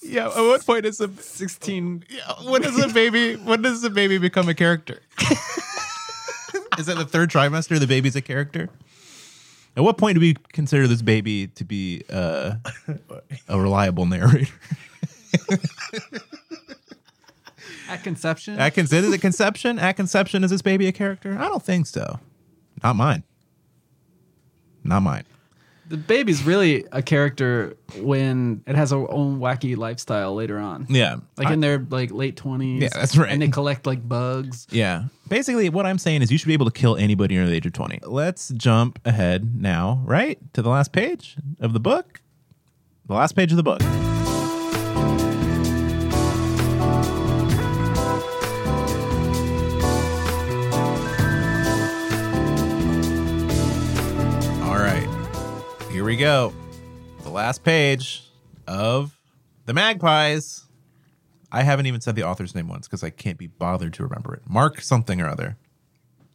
Speaker 1: Yeah. At what point is a
Speaker 3: 16?
Speaker 1: when does a baby when does a baby become a character? Is that the third trimester the baby's a character? At what point do we consider this baby to be uh, a reliable narrator?
Speaker 3: At conception?
Speaker 1: At consider is it conception? At conception, is this baby a character? I don't think so. Not mine. Not mine.
Speaker 3: the baby's really a character when it has a own wacky lifestyle later on.
Speaker 1: Yeah.
Speaker 3: Like
Speaker 1: I-
Speaker 3: in their like late 20s.
Speaker 1: Yeah, that's right.
Speaker 3: And they collect like bugs.
Speaker 1: Yeah. Basically, what I'm saying is you should be able to kill anybody under the age of 20. Let's jump ahead now, right? To the last page of the book. The last page of the book. All right. Here we go. The last page of The Magpies. I haven't even said the author's name once because I can't be bothered to remember it. Mark something or other.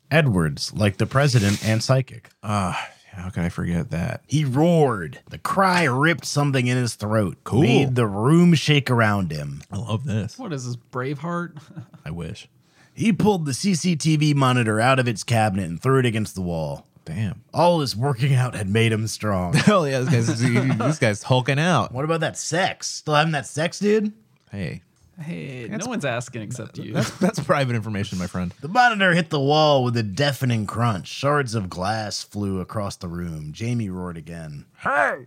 Speaker 2: Edwards, like the president and psychic.
Speaker 1: Uh. How can I forget that?
Speaker 2: He roared. The cry ripped something in his throat.
Speaker 1: Cool.
Speaker 2: Made the room shake around him.
Speaker 1: I love this.
Speaker 3: What is this, Braveheart?
Speaker 1: I wish.
Speaker 2: He pulled the CCTV monitor out of its cabinet and threw it against the wall.
Speaker 1: Damn.
Speaker 2: All his working out had made him strong.
Speaker 1: Hell yeah, this guy's, this guy's hulking out.
Speaker 2: what about that sex? Still having that sex, dude?
Speaker 1: Hey,
Speaker 3: hey, no one's asking except you.
Speaker 1: that's, that's private information, my friend.
Speaker 2: The monitor hit the wall with a deafening crunch. Shards of glass flew across the room. Jamie roared again. Hey!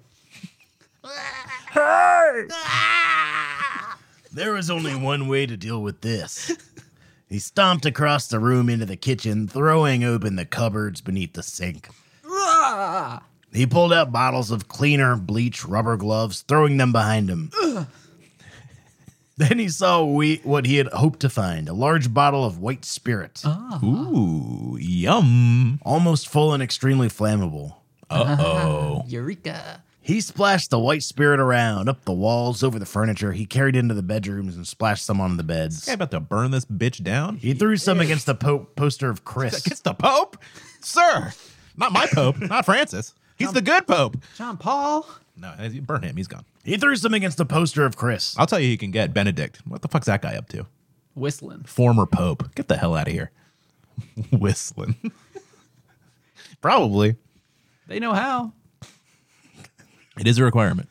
Speaker 2: hey! There was only one way to deal with this. He stomped across the room into the kitchen, throwing open the cupboards beneath the sink. He pulled out bottles of cleaner, bleach, rubber gloves, throwing them behind him. Then he saw we, what he had hoped to find a large bottle of white spirit,
Speaker 1: Uh-huh. Ooh, yum.
Speaker 2: almost full and extremely flammable.
Speaker 3: Eureka.
Speaker 2: He splashed the white spirit around, up the walls, over the furniture. He carried into the bedrooms and splashed some on the beds.
Speaker 1: Guy about to burn this bitch down?
Speaker 2: He threw some against the po- poster of Chris.
Speaker 1: It's the Pope? Sir. Not my Pope, not Francis. He's the good Pope.
Speaker 3: John Paul.
Speaker 1: No, burn him. He's gone.
Speaker 2: He threw some against the poster of Chris.
Speaker 1: I'll tell you who you can get Benedict. What the fuck's that guy up to?
Speaker 3: Whistling.
Speaker 1: Former Pope. Get the hell out of here. Whistling. Probably.
Speaker 3: They know how.
Speaker 1: It is a requirement.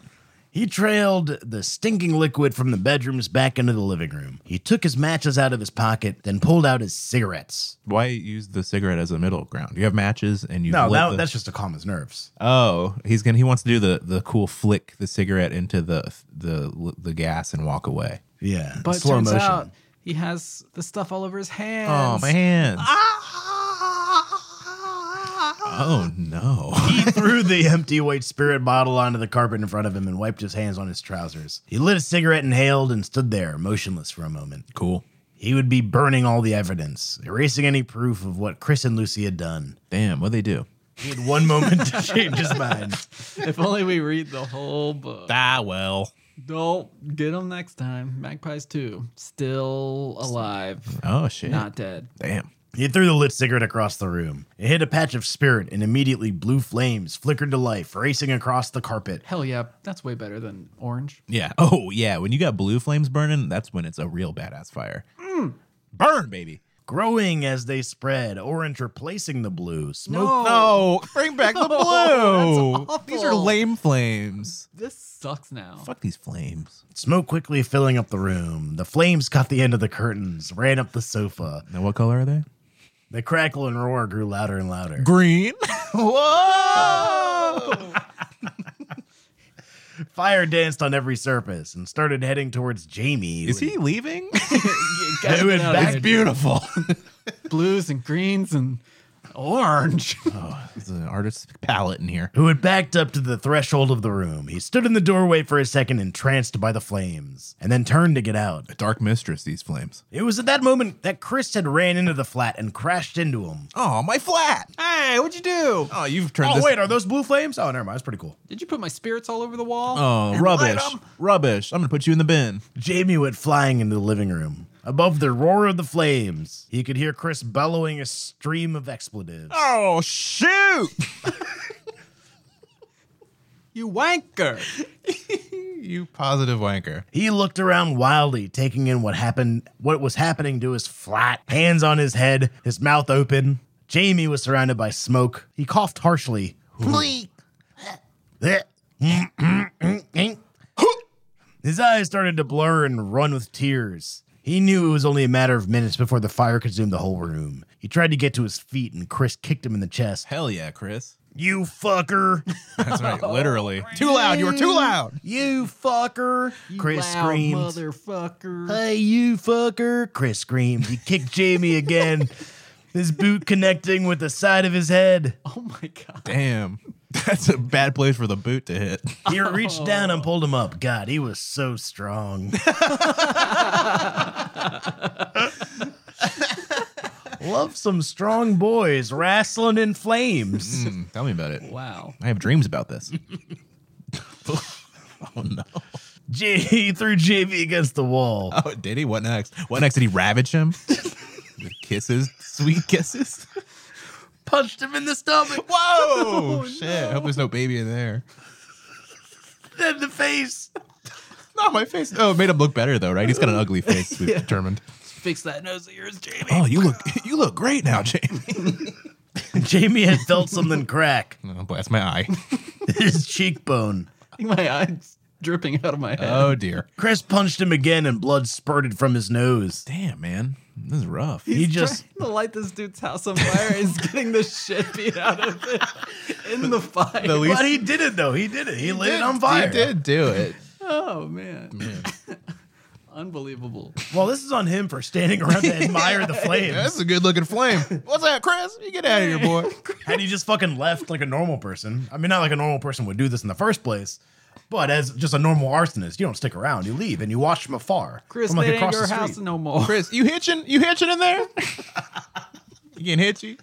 Speaker 2: He trailed the stinking liquid from the bedrooms back into the living room. He took his matches out of his pocket, then pulled out his cigarettes.
Speaker 1: Why use the cigarette as a middle ground? You have matches and you
Speaker 2: No,
Speaker 1: lit
Speaker 2: that,
Speaker 1: the-
Speaker 2: that's just to calm his nerves.
Speaker 1: Oh, he's gonna. He wants to do the the cool flick the cigarette into the the the gas and walk away.
Speaker 2: Yeah,
Speaker 3: But
Speaker 2: slow
Speaker 3: turns
Speaker 2: motion.
Speaker 3: out he has the stuff all over his hands.
Speaker 1: Oh my hands!
Speaker 2: Ah.
Speaker 1: Oh no!
Speaker 2: He threw the empty white spirit bottle onto the carpet in front of him and wiped his hands on his trousers. He lit a cigarette, inhaled, and stood there, motionless for a moment.
Speaker 1: cool.
Speaker 2: He would be burning all the evidence, erasing any proof of what Chris and Lucy had done.
Speaker 1: Damn, what they do?
Speaker 2: He had one moment to change his mind.
Speaker 3: If only we read the whole book.
Speaker 1: Ah well.
Speaker 3: Don't get them next time. Magpies 2. Still alive.
Speaker 1: Oh shit!
Speaker 3: Not dead.
Speaker 1: Damn.
Speaker 2: He threw the lit cigarette across the room. It hit a patch of spirit, and immediately blue flames flickered to life, racing across the carpet.
Speaker 3: Hell yeah. That's way better than orange.
Speaker 1: Yeah. Oh yeah. When you got blue flames burning, that's when it's a real badass fire. Burn, baby.
Speaker 2: Growing as they spread, orange replacing the blue, smoke
Speaker 1: No, bring back the Oh, blue.
Speaker 3: that's
Speaker 1: these are
Speaker 3: awful.
Speaker 1: lame flames.
Speaker 3: This sucks now.
Speaker 1: Fuck these flames.
Speaker 2: Smoke quickly filling up the room. The flames caught the end of the curtains, ran up the sofa.
Speaker 1: Now, what color are they?
Speaker 2: The crackle and roar grew louder and louder.
Speaker 1: Green. Whoa!
Speaker 2: Fire danced on every surface and started heading towards Jamie.
Speaker 1: Is
Speaker 2: who-
Speaker 1: he leaving?
Speaker 3: You gotta
Speaker 2: Dude,
Speaker 3: get out of
Speaker 2: back
Speaker 3: here.
Speaker 1: beautiful.
Speaker 3: Blues and greens and orange.
Speaker 1: It's an artist's palette in here.
Speaker 2: Who had backed up to the threshold of the room. He stood in the doorway for a second, entranced by the flames, and then turned to get out.
Speaker 1: Dark mistress, these flames.
Speaker 2: It was at that moment that Chris had ran into the flat and crashed into him.
Speaker 1: Oh, my flat.
Speaker 3: hey, what'd you do?
Speaker 1: Oh, you've turned
Speaker 2: Oh,
Speaker 1: this.
Speaker 2: wait, are those blue flames? Oh, never mind. That's pretty cool.
Speaker 3: Did you put my spirits all over the wall?
Speaker 1: Oh, rubbish. Rubbish. I'm going to put you in the bin.
Speaker 2: Jamie went flying into the living room. Above the roar of the flames, he could hear Chris bellowing a stream of expletives.
Speaker 1: Oh, shoot.
Speaker 3: You wanker.
Speaker 1: you positive wanker.
Speaker 2: He looked around wildly, taking in what happened, what was happening to his flat, hands on his head, his mouth open. Jamie was surrounded by smoke. He coughed harshly. His eyes started to blur and run with tears. He knew it was only a matter of minutes before the fire consumed the whole room. He tried to get to his feet, and Chris kicked him in the chest.
Speaker 1: Hell yeah, Chris.
Speaker 2: You fucker!
Speaker 1: That's right. Literally. too loud. You were too loud.
Speaker 2: You fucker! Chris
Speaker 3: Loud
Speaker 2: screamed.
Speaker 3: Motherfucker.
Speaker 2: Hey, you fucker! Chris screamed. He kicked Jamie again, his boot connecting with the side of his head.
Speaker 3: Oh my god.
Speaker 1: Damn. That's a bad place for the boot to hit.
Speaker 2: He reached down and pulled him up. God, he was so strong. Love some strong boys wrestling in flames.
Speaker 1: Mm, tell me about it.
Speaker 3: Wow.
Speaker 1: I have dreams about this. oh, no.
Speaker 2: J- he threw Jamie against the wall.
Speaker 1: Oh, did he? What next? What next? Did he ravage him? With kisses? Sweet kisses?
Speaker 2: Punched him in the stomach. Oh,
Speaker 1: Whoa! shit. I hope there's no baby in there.
Speaker 2: Then the face.
Speaker 1: Not my face. Oh, it made him look better though, right? He's got an ugly face. We've determined.
Speaker 3: Fix that nose of yours, Jamie.
Speaker 1: Oh, you look you look great now, Jamie.
Speaker 2: Jamie had felt something crack.
Speaker 1: Oh, blast my eye.
Speaker 2: His cheekbone.
Speaker 3: I think my eye's dripping out of my head.
Speaker 1: Oh dear.
Speaker 2: Chris punched him again and blood spurted from his nose.
Speaker 1: Damn, man, this is rough.
Speaker 2: He just
Speaker 3: trying to light this dude's house on fire. He's getting the shit beat out of it in the fire.
Speaker 1: The least
Speaker 2: But he did it though. He did it. He, lit
Speaker 1: did-
Speaker 2: it on fire.
Speaker 1: He did do it.
Speaker 3: oh man. Unbelievable.
Speaker 2: Well, this is on him for standing around to admire the
Speaker 1: That's
Speaker 2: flames.
Speaker 1: a good looking flame. What's that, Chris? You get out of here, boy.
Speaker 2: Had he just fucking left like a normal person, I mean, not like a normal person would do this in the first place. But as just a normal arsonist, you don't stick around. You leave and you watch from afar.
Speaker 3: Chris,
Speaker 2: from like
Speaker 3: they ain't
Speaker 2: across
Speaker 3: your
Speaker 2: the street.
Speaker 3: house no more.
Speaker 1: Chris, you hitching? You hitching in there? you getting hitchy?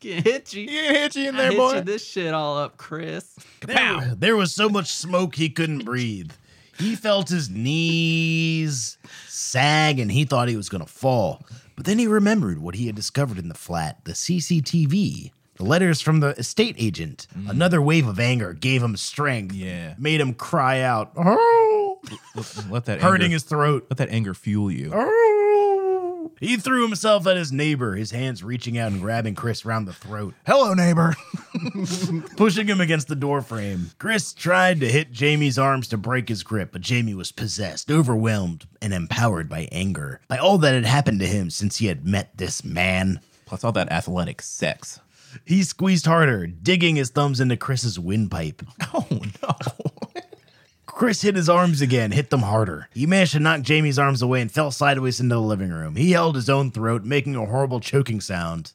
Speaker 3: Can't hit you.
Speaker 1: You getting hitchy in there,
Speaker 3: hit
Speaker 1: boy?
Speaker 3: you this shit all up, Chris.
Speaker 2: There, there was so much smoke he couldn't breathe. He felt his knees sag and he thought he was going to fall. But then he remembered what he had discovered in the flat the CCTV, the letters from the estate agent. Another wave of anger gave him strength,
Speaker 1: Mm. Yeah.
Speaker 2: made him cry out, oh,
Speaker 1: Let that
Speaker 2: hurting
Speaker 1: anger,
Speaker 2: his throat.
Speaker 1: let that anger fuel you.
Speaker 2: "Oh." He threw himself at his neighbor, his hands reaching out and grabbing Chris round the throat
Speaker 1: Hello, neighbor.
Speaker 2: pushing him against the doorframe. Chris tried to hit Jamie's arms to break his grip, but Jamie was possessed, overwhelmed, and empowered by anger, by all that had happened to him since he had met this man.
Speaker 1: Plus all that athletic sex.
Speaker 2: He squeezed harder, digging his thumbs into Chris's windpipe.
Speaker 1: Oh no.
Speaker 2: Chris hit his arms again, hit them harder. He managed to knock Jamie's arms away and fell sideways into the living room. He held his own throat, making a horrible choking sound.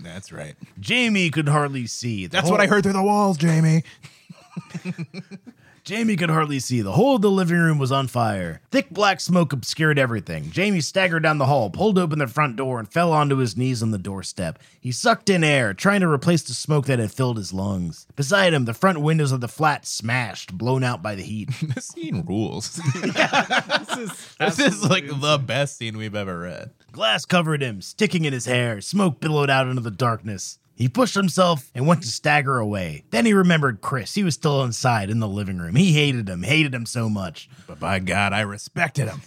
Speaker 1: That's right.
Speaker 2: Jamie could hardly see. The
Speaker 1: That's
Speaker 2: whole-
Speaker 1: what I heard through the walls, Jamie.
Speaker 2: Jamie could hardly see. The whole of the living room was on fire. Thick black smoke obscured everything. Jamie staggered down the hall, pulled open the front door, and fell onto his knees on the doorstep. He sucked in air, trying to replace the smoke that had filled his lungs. Beside him, the front windows of the flat smashed, blown out by the heat.
Speaker 1: This scene rules.
Speaker 3: This is,
Speaker 1: this is like the best scene we've ever read.
Speaker 2: Glass covered him, sticking in his hair. Smoke billowed out into the darkness. He pushed himself and went to stagger away. Then he remembered Chris. He was still inside in the living room. He hated him, hated him so much.
Speaker 1: But by God, I respected him.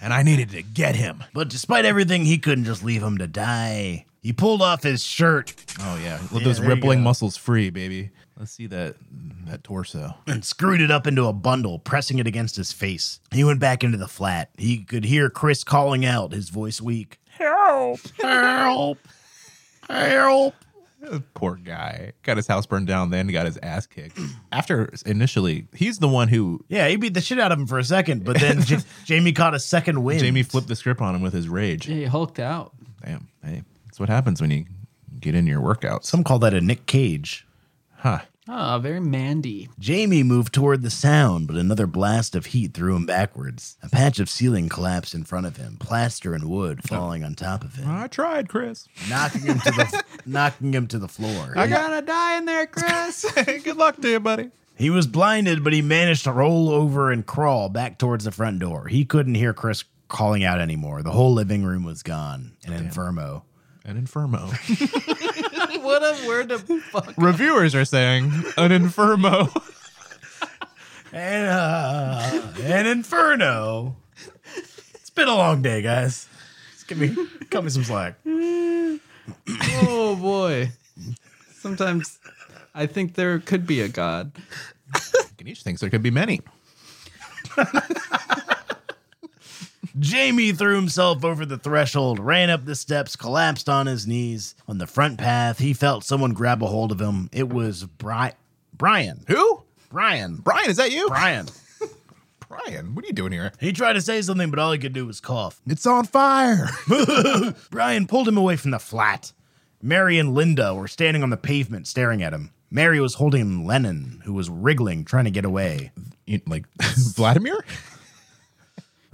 Speaker 1: and I needed to get him.
Speaker 2: But despite everything, he couldn't just leave him to die. He pulled off his shirt
Speaker 1: Oh yeah. Let those
Speaker 2: there you
Speaker 1: rippling
Speaker 2: go.
Speaker 1: muscles free, baby. Let's see that that torso.
Speaker 2: and screwed it up into a bundle, pressing it against his face. He went back into the flat. He could hear Chris calling out, his voice weak. Help! Help! Help!
Speaker 1: Poor guy. Got his house burned down, then got his ass kicked. After initially, he's the one who
Speaker 2: Yeah, he beat the shit out of him for a second, but then J- Jamie caught a second win.
Speaker 1: Jamie flipped the script on him with his rage.
Speaker 3: Yeah, you hulked out.
Speaker 1: Damn. Hey, that's what happens when you get into your workouts.
Speaker 2: Some call that a Nick Cage.
Speaker 1: huh.
Speaker 3: Ah, very Mandy.
Speaker 2: Jamie moved toward the sound, but another blast of heat threw him backwards. A patch of ceiling collapsed in front of him, plaster and wood falling on top of him.
Speaker 1: I tried, Chris.
Speaker 2: knocking him to the knocking him to the floor.
Speaker 3: You're gonna die in there, Chris.
Speaker 1: Good luck to you, buddy.
Speaker 2: He was blinded, but he managed to roll over and crawl back towards the front door. He couldn't hear Chris calling out anymore. The whole living room was gone. An inferno.
Speaker 1: An infirmo.
Speaker 3: what a word of fuck.
Speaker 1: Reviewers are saying an infirmo.
Speaker 2: And uh, an inferno. It's been a long day, guys. Just give me cut me some slack.
Speaker 3: Oh boy. Sometimes I think there could be a god.
Speaker 1: Ganesh thinks there could be many.
Speaker 2: Jamie threw himself over the threshold, ran up the steps, collapsed on his knees. On the front path, he felt someone grab a hold of him. It was Bri- Brian.
Speaker 1: Who?
Speaker 2: Brian.
Speaker 1: Brian, is that you?
Speaker 2: Brian.
Speaker 1: Brian, what are you doing here?
Speaker 2: He tried to say something, but all he could do was cough.
Speaker 1: It's on fire.
Speaker 2: Brian pulled him away from the flat. Mary and Linda were standing on the pavement staring at him. Mary was holding Lennon, who was wriggling, trying to get away.
Speaker 1: You- like Vladimir?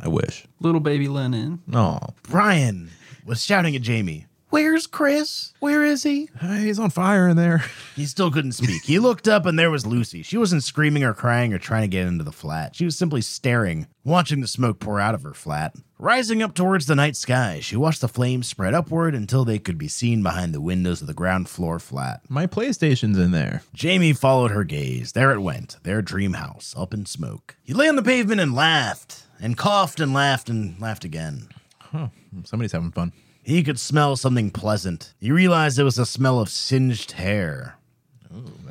Speaker 1: I wish.
Speaker 3: Little baby Lennon.
Speaker 1: No.
Speaker 2: Brian was shouting at Jamie, Where's Chris? Where is he?
Speaker 1: he's on fire in there.
Speaker 2: He still couldn't speak. He looked up and there was Lucy. She wasn't screaming or crying or trying to get into the flat. She was simply staring, watching the smoke pour out of her flat. Rising up towards the night sky, she watched the flames spread upward until they could be seen behind the windows of the ground floor flat.
Speaker 1: My PlayStation's in there.
Speaker 2: Jamie followed her gaze. There it went, their dream house, up in smoke. He lay on the pavement and laughed, and coughed and laughed and laughed again.
Speaker 1: Somebody's having fun.
Speaker 2: He could smell something pleasant. He realized it was the smell of singed hair.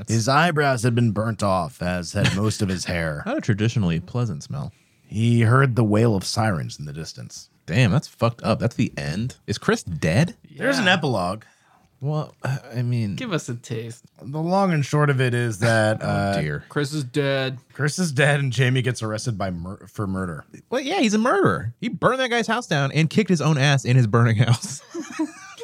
Speaker 2: His eyebrows had been burnt off, as had most of his hair.
Speaker 1: Not a traditionally pleasant smell.
Speaker 2: He heard the wail of sirens in the distance.
Speaker 1: Damn, that's fucked up. That's the end. Is Chris dead?
Speaker 2: There's an
Speaker 3: Yeah.
Speaker 2: epilogue.
Speaker 1: Well, uh, I mean,
Speaker 3: Give us a taste.
Speaker 2: The long and short of it is that uh,
Speaker 1: dear.
Speaker 3: Chris is dead.
Speaker 2: Chris is dead, and Jamie gets arrested by mur- for murder.
Speaker 1: Well, yeah, he's a murderer. He burned that guy's house down and kicked his own ass in his burning house.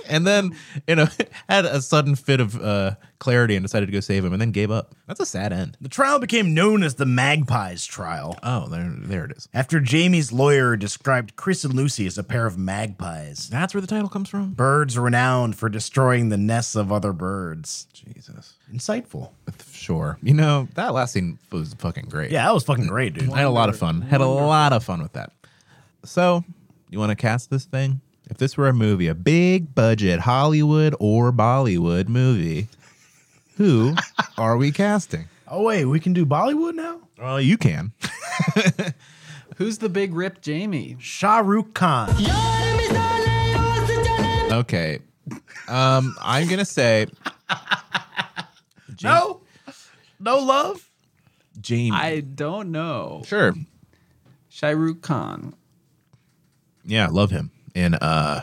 Speaker 1: and then you know had a sudden fit of uh, clarity and decided to go save him, and then gave up. That's a sad end.
Speaker 2: The trial became known as the Magpies trial
Speaker 1: Oh, there, there it is.
Speaker 2: after Jamie's lawyer described Chris and Lucy as a pair of magpies,
Speaker 1: That's where the title comes from.
Speaker 2: birds renowned for destroying the nests of other birds.
Speaker 1: Jesus.
Speaker 2: Insightful.
Speaker 1: Sure. You know that last scene was fucking great.
Speaker 2: Yeah, that was fucking great, dude.
Speaker 1: I had a lot of fun. Had a lot of fun with that. So, you want to cast this thing? If this were a movie, a big budget Hollywood or Bollywood movie, who are we casting?
Speaker 2: Oh wait, we can do Bollywood now.
Speaker 1: Well, you can.
Speaker 3: Who's the big rip Jamie?
Speaker 2: Shah Rukh Khan.
Speaker 1: Okay. Um, I'm gonna say
Speaker 2: No, no love.
Speaker 1: Jamie.
Speaker 3: I don't know.
Speaker 1: sure.
Speaker 3: Shairukh Khan,
Speaker 1: Yeah, love him. And uh,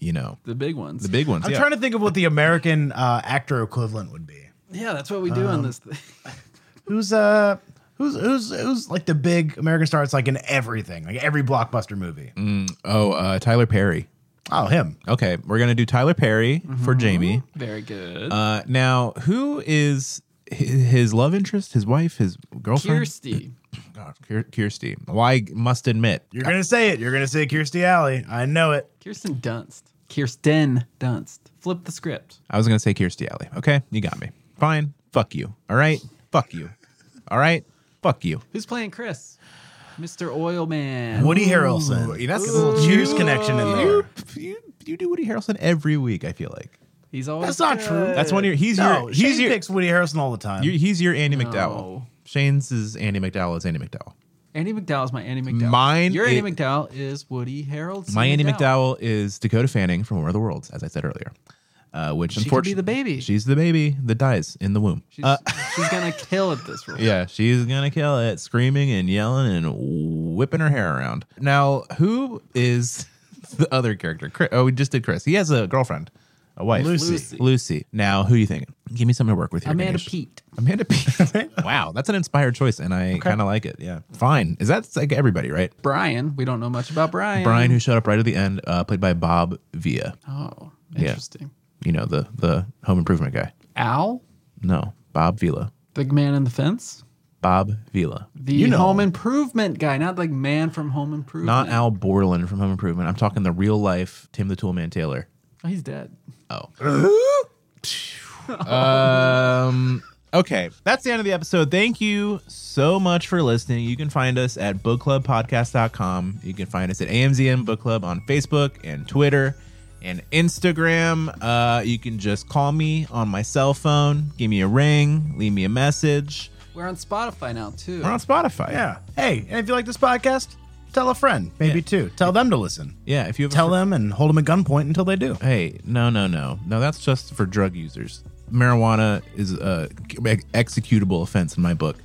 Speaker 1: you know,
Speaker 3: the big ones.
Speaker 1: the big ones.
Speaker 2: I'm
Speaker 1: yeah.
Speaker 2: trying to think of what the American uh, actor equivalent would be.
Speaker 3: yeah, that's what we do
Speaker 1: Um,
Speaker 3: on this thing.
Speaker 2: Who's uh, who's who's who's like the big American star? It's like in everything, like every blockbuster movie.
Speaker 1: Oh, uh, Tyler Perry.
Speaker 2: Oh, him.
Speaker 1: Okay, we're gonna do Tyler Perry
Speaker 2: Mm-hmm.
Speaker 1: for Jamie.
Speaker 3: Very good.
Speaker 1: Uh, now, who is hi- his love interest? His wife? His girlfriend?
Speaker 3: Kirsty.
Speaker 1: God, Kier- Kirsty. Well, I must admit,
Speaker 2: You're gonna say it. You're gonna say Kirstie Alley. I know it.
Speaker 3: Kirsten Dunst. Kirsten Dunst. Flip the script.
Speaker 1: I was gonna say Kirstie Alley. Okay, you got me. Fine. Fuck you. All right. Fuck you. All right. Fuck you.
Speaker 3: Who's playing Chris? Mr. Oil Man.
Speaker 2: Woody Harrelson.
Speaker 1: Ooh, that's-
Speaker 2: Get a little Cheers connection in there.
Speaker 1: You, you, you do Woody Harrelson every week. I feel like
Speaker 3: He's always
Speaker 2: That's not true.
Speaker 1: that's one of your. He's
Speaker 2: no,
Speaker 1: your.
Speaker 2: Shane
Speaker 1: He's your,
Speaker 2: picks Woody Harrelson all the time.
Speaker 1: you- He's your Andy McDowell.
Speaker 3: No.
Speaker 1: Shane's is Andy McDowell. Is Andy McDowell.
Speaker 3: Andy McDowell's my Andy McDowell.
Speaker 1: Mine
Speaker 3: Your Andy
Speaker 1: i-
Speaker 3: McDowell is Woody Harrelson.
Speaker 1: My Andy McDowell is Dakota Fanning from War of the Worlds, as I said earlier. Uh, which
Speaker 3: She could
Speaker 1: unfortunately
Speaker 3: be the baby.
Speaker 1: She's the baby that dies in the womb.
Speaker 3: She's,
Speaker 1: Uh,
Speaker 3: she's gonna kill at this role.
Speaker 1: yeah, she's gonna kill it, screaming and yelling and whipping her hair around. Now, who is the other character? Chris, oh, we just did Chris. He has a girlfriend, a wife,
Speaker 2: Lucy.
Speaker 3: Lucy.
Speaker 1: Lucy. Now, who you thinking? Give me something to work with here.
Speaker 3: Amanda
Speaker 1: Ganesh.
Speaker 3: Pete.
Speaker 1: Amanda Pete. wow, that's an inspired choice, and I kind of like it. Yeah, fine. Is that like everybody, right?
Speaker 3: Brian. We don't know much about Brian.
Speaker 1: Brian, who showed up right at the end, uh, played by Bob Villa.
Speaker 3: Oh, interesting.
Speaker 1: you know the the home improvement guy
Speaker 3: Al,
Speaker 1: no bob vila
Speaker 3: the man in the fence.
Speaker 1: bob vila
Speaker 3: The
Speaker 2: You know
Speaker 3: home
Speaker 2: him.
Speaker 3: improvement guy, not like man from home improvement.
Speaker 1: not al borland from home improvement i'm talking the real life tim the toolman taylor
Speaker 3: Oh, he's dead.
Speaker 1: oh um okay that's the end of the episode thank you so much for listening you can find us at bookclubpodcast.com you can find us at amzn book club on facebook and twitter and instagram uh, you can just call me on my cell phone give me a ring leave me a message
Speaker 3: We're on Spotify now too.
Speaker 1: we're on spotify
Speaker 2: yeah. Hey, and if you like this podcast, tell a friend, maybe two. Tell them to listen.
Speaker 1: Yeah, if you have
Speaker 2: Tell
Speaker 1: a fr-
Speaker 2: them and hold them at gunpoint until they do.
Speaker 1: Hey, no, no, no, no. That's just for drug users. Marijuana is a executable offense in my book.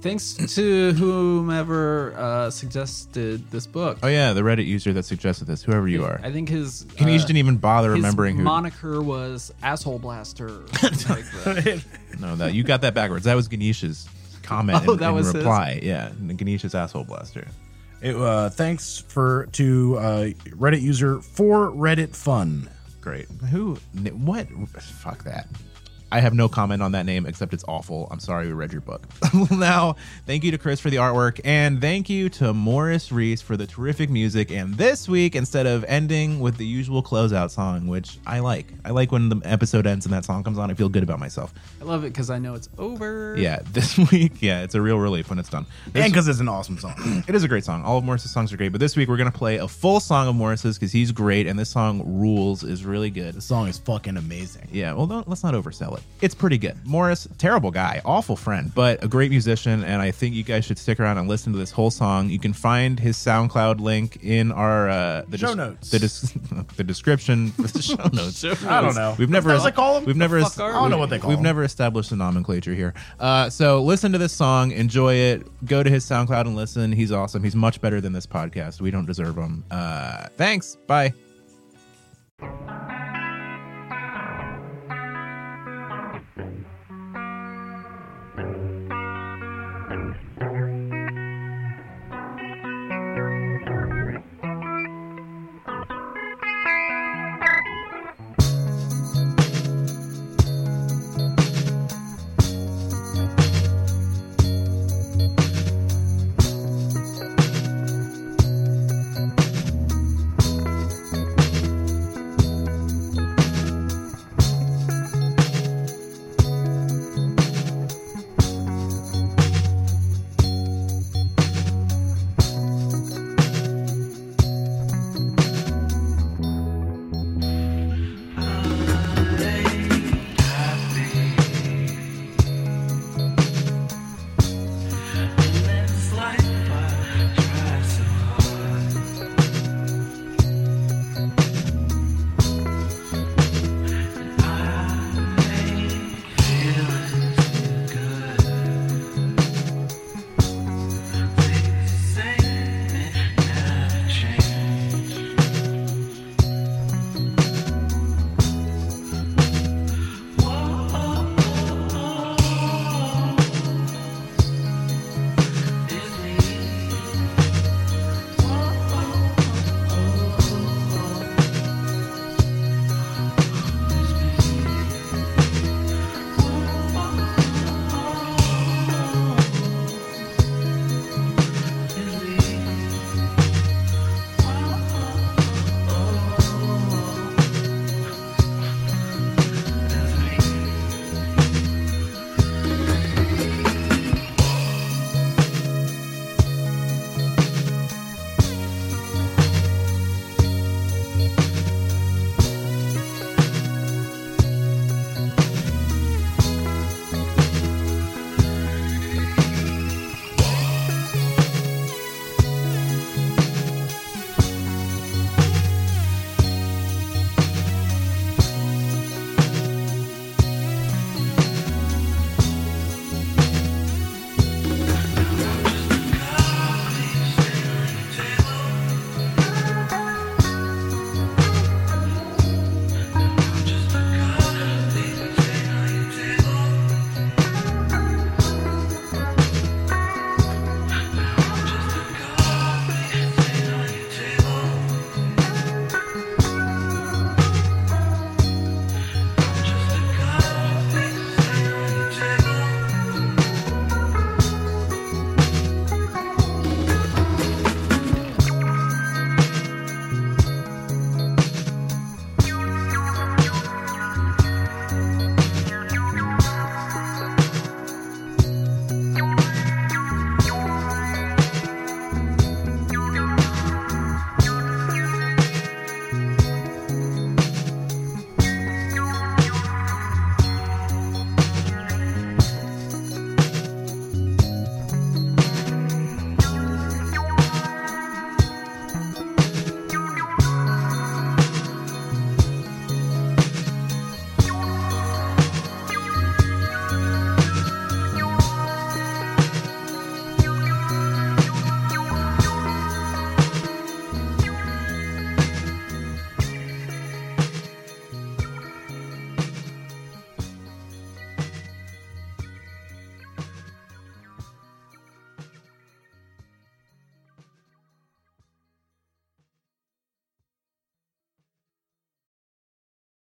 Speaker 3: Thanks to whomever uh, suggested this book.
Speaker 1: Oh yeah, the Reddit user that suggested this, whoever you are.
Speaker 3: I think his.
Speaker 1: Can you
Speaker 3: uh,
Speaker 1: just didn't even bother
Speaker 3: his
Speaker 1: remembering who?
Speaker 3: moniker was asshole blaster. or something like uh, that.
Speaker 1: no, that you got that backwards. That was Ganesh's comment
Speaker 3: Oh,
Speaker 1: and,
Speaker 3: that
Speaker 1: and
Speaker 3: was his?
Speaker 1: reply. Yeah, Ganesh's asshole blaster.
Speaker 2: It, uh, thanks for to uh, Reddit user for Reddit fun.
Speaker 1: Great. Who? What? Fuck that. I have no comment on that name except it's awful. I'm sorry we read your book. now, thank you to Chris for the artwork and thank you to Morris Reese for the terrific music. And this week, instead of ending with the usual closeout song, which I like, I like when the episode ends and that song comes on, I feel good about myself.
Speaker 3: I love it because I know it's over.
Speaker 1: Yeah, this week, yeah, it's a real relief when it's done. This-
Speaker 2: And because it's an awesome song.
Speaker 1: it is a great song. All of Morris's songs are great, but this week we're going to play a full song of Morris's because he's great and this song rules, is really good.
Speaker 2: the song is fucking amazing.
Speaker 1: Yeah, well, don't, let's not oversell it. It's pretty good. Morris, terrible guy, awful friend, but a great musician, and I think you guys should stick around and listen to this whole song. You can find his SoundCloud link in our uh, the
Speaker 2: Show
Speaker 1: des-
Speaker 2: notes.
Speaker 1: the, des- the description, for the show notes.
Speaker 2: I don't know.
Speaker 1: We've never
Speaker 2: That's what they call 'em?
Speaker 1: We've never.
Speaker 3: fuck are
Speaker 2: I don't know
Speaker 1: we-
Speaker 2: what they call
Speaker 1: We've
Speaker 2: 'em.
Speaker 1: never established a nomenclature here. Uh, so listen to this song, enjoy it. Go to his SoundCloud and listen. He's awesome. He's much better than this podcast. We don't deserve him. Uh, thanks. Bye.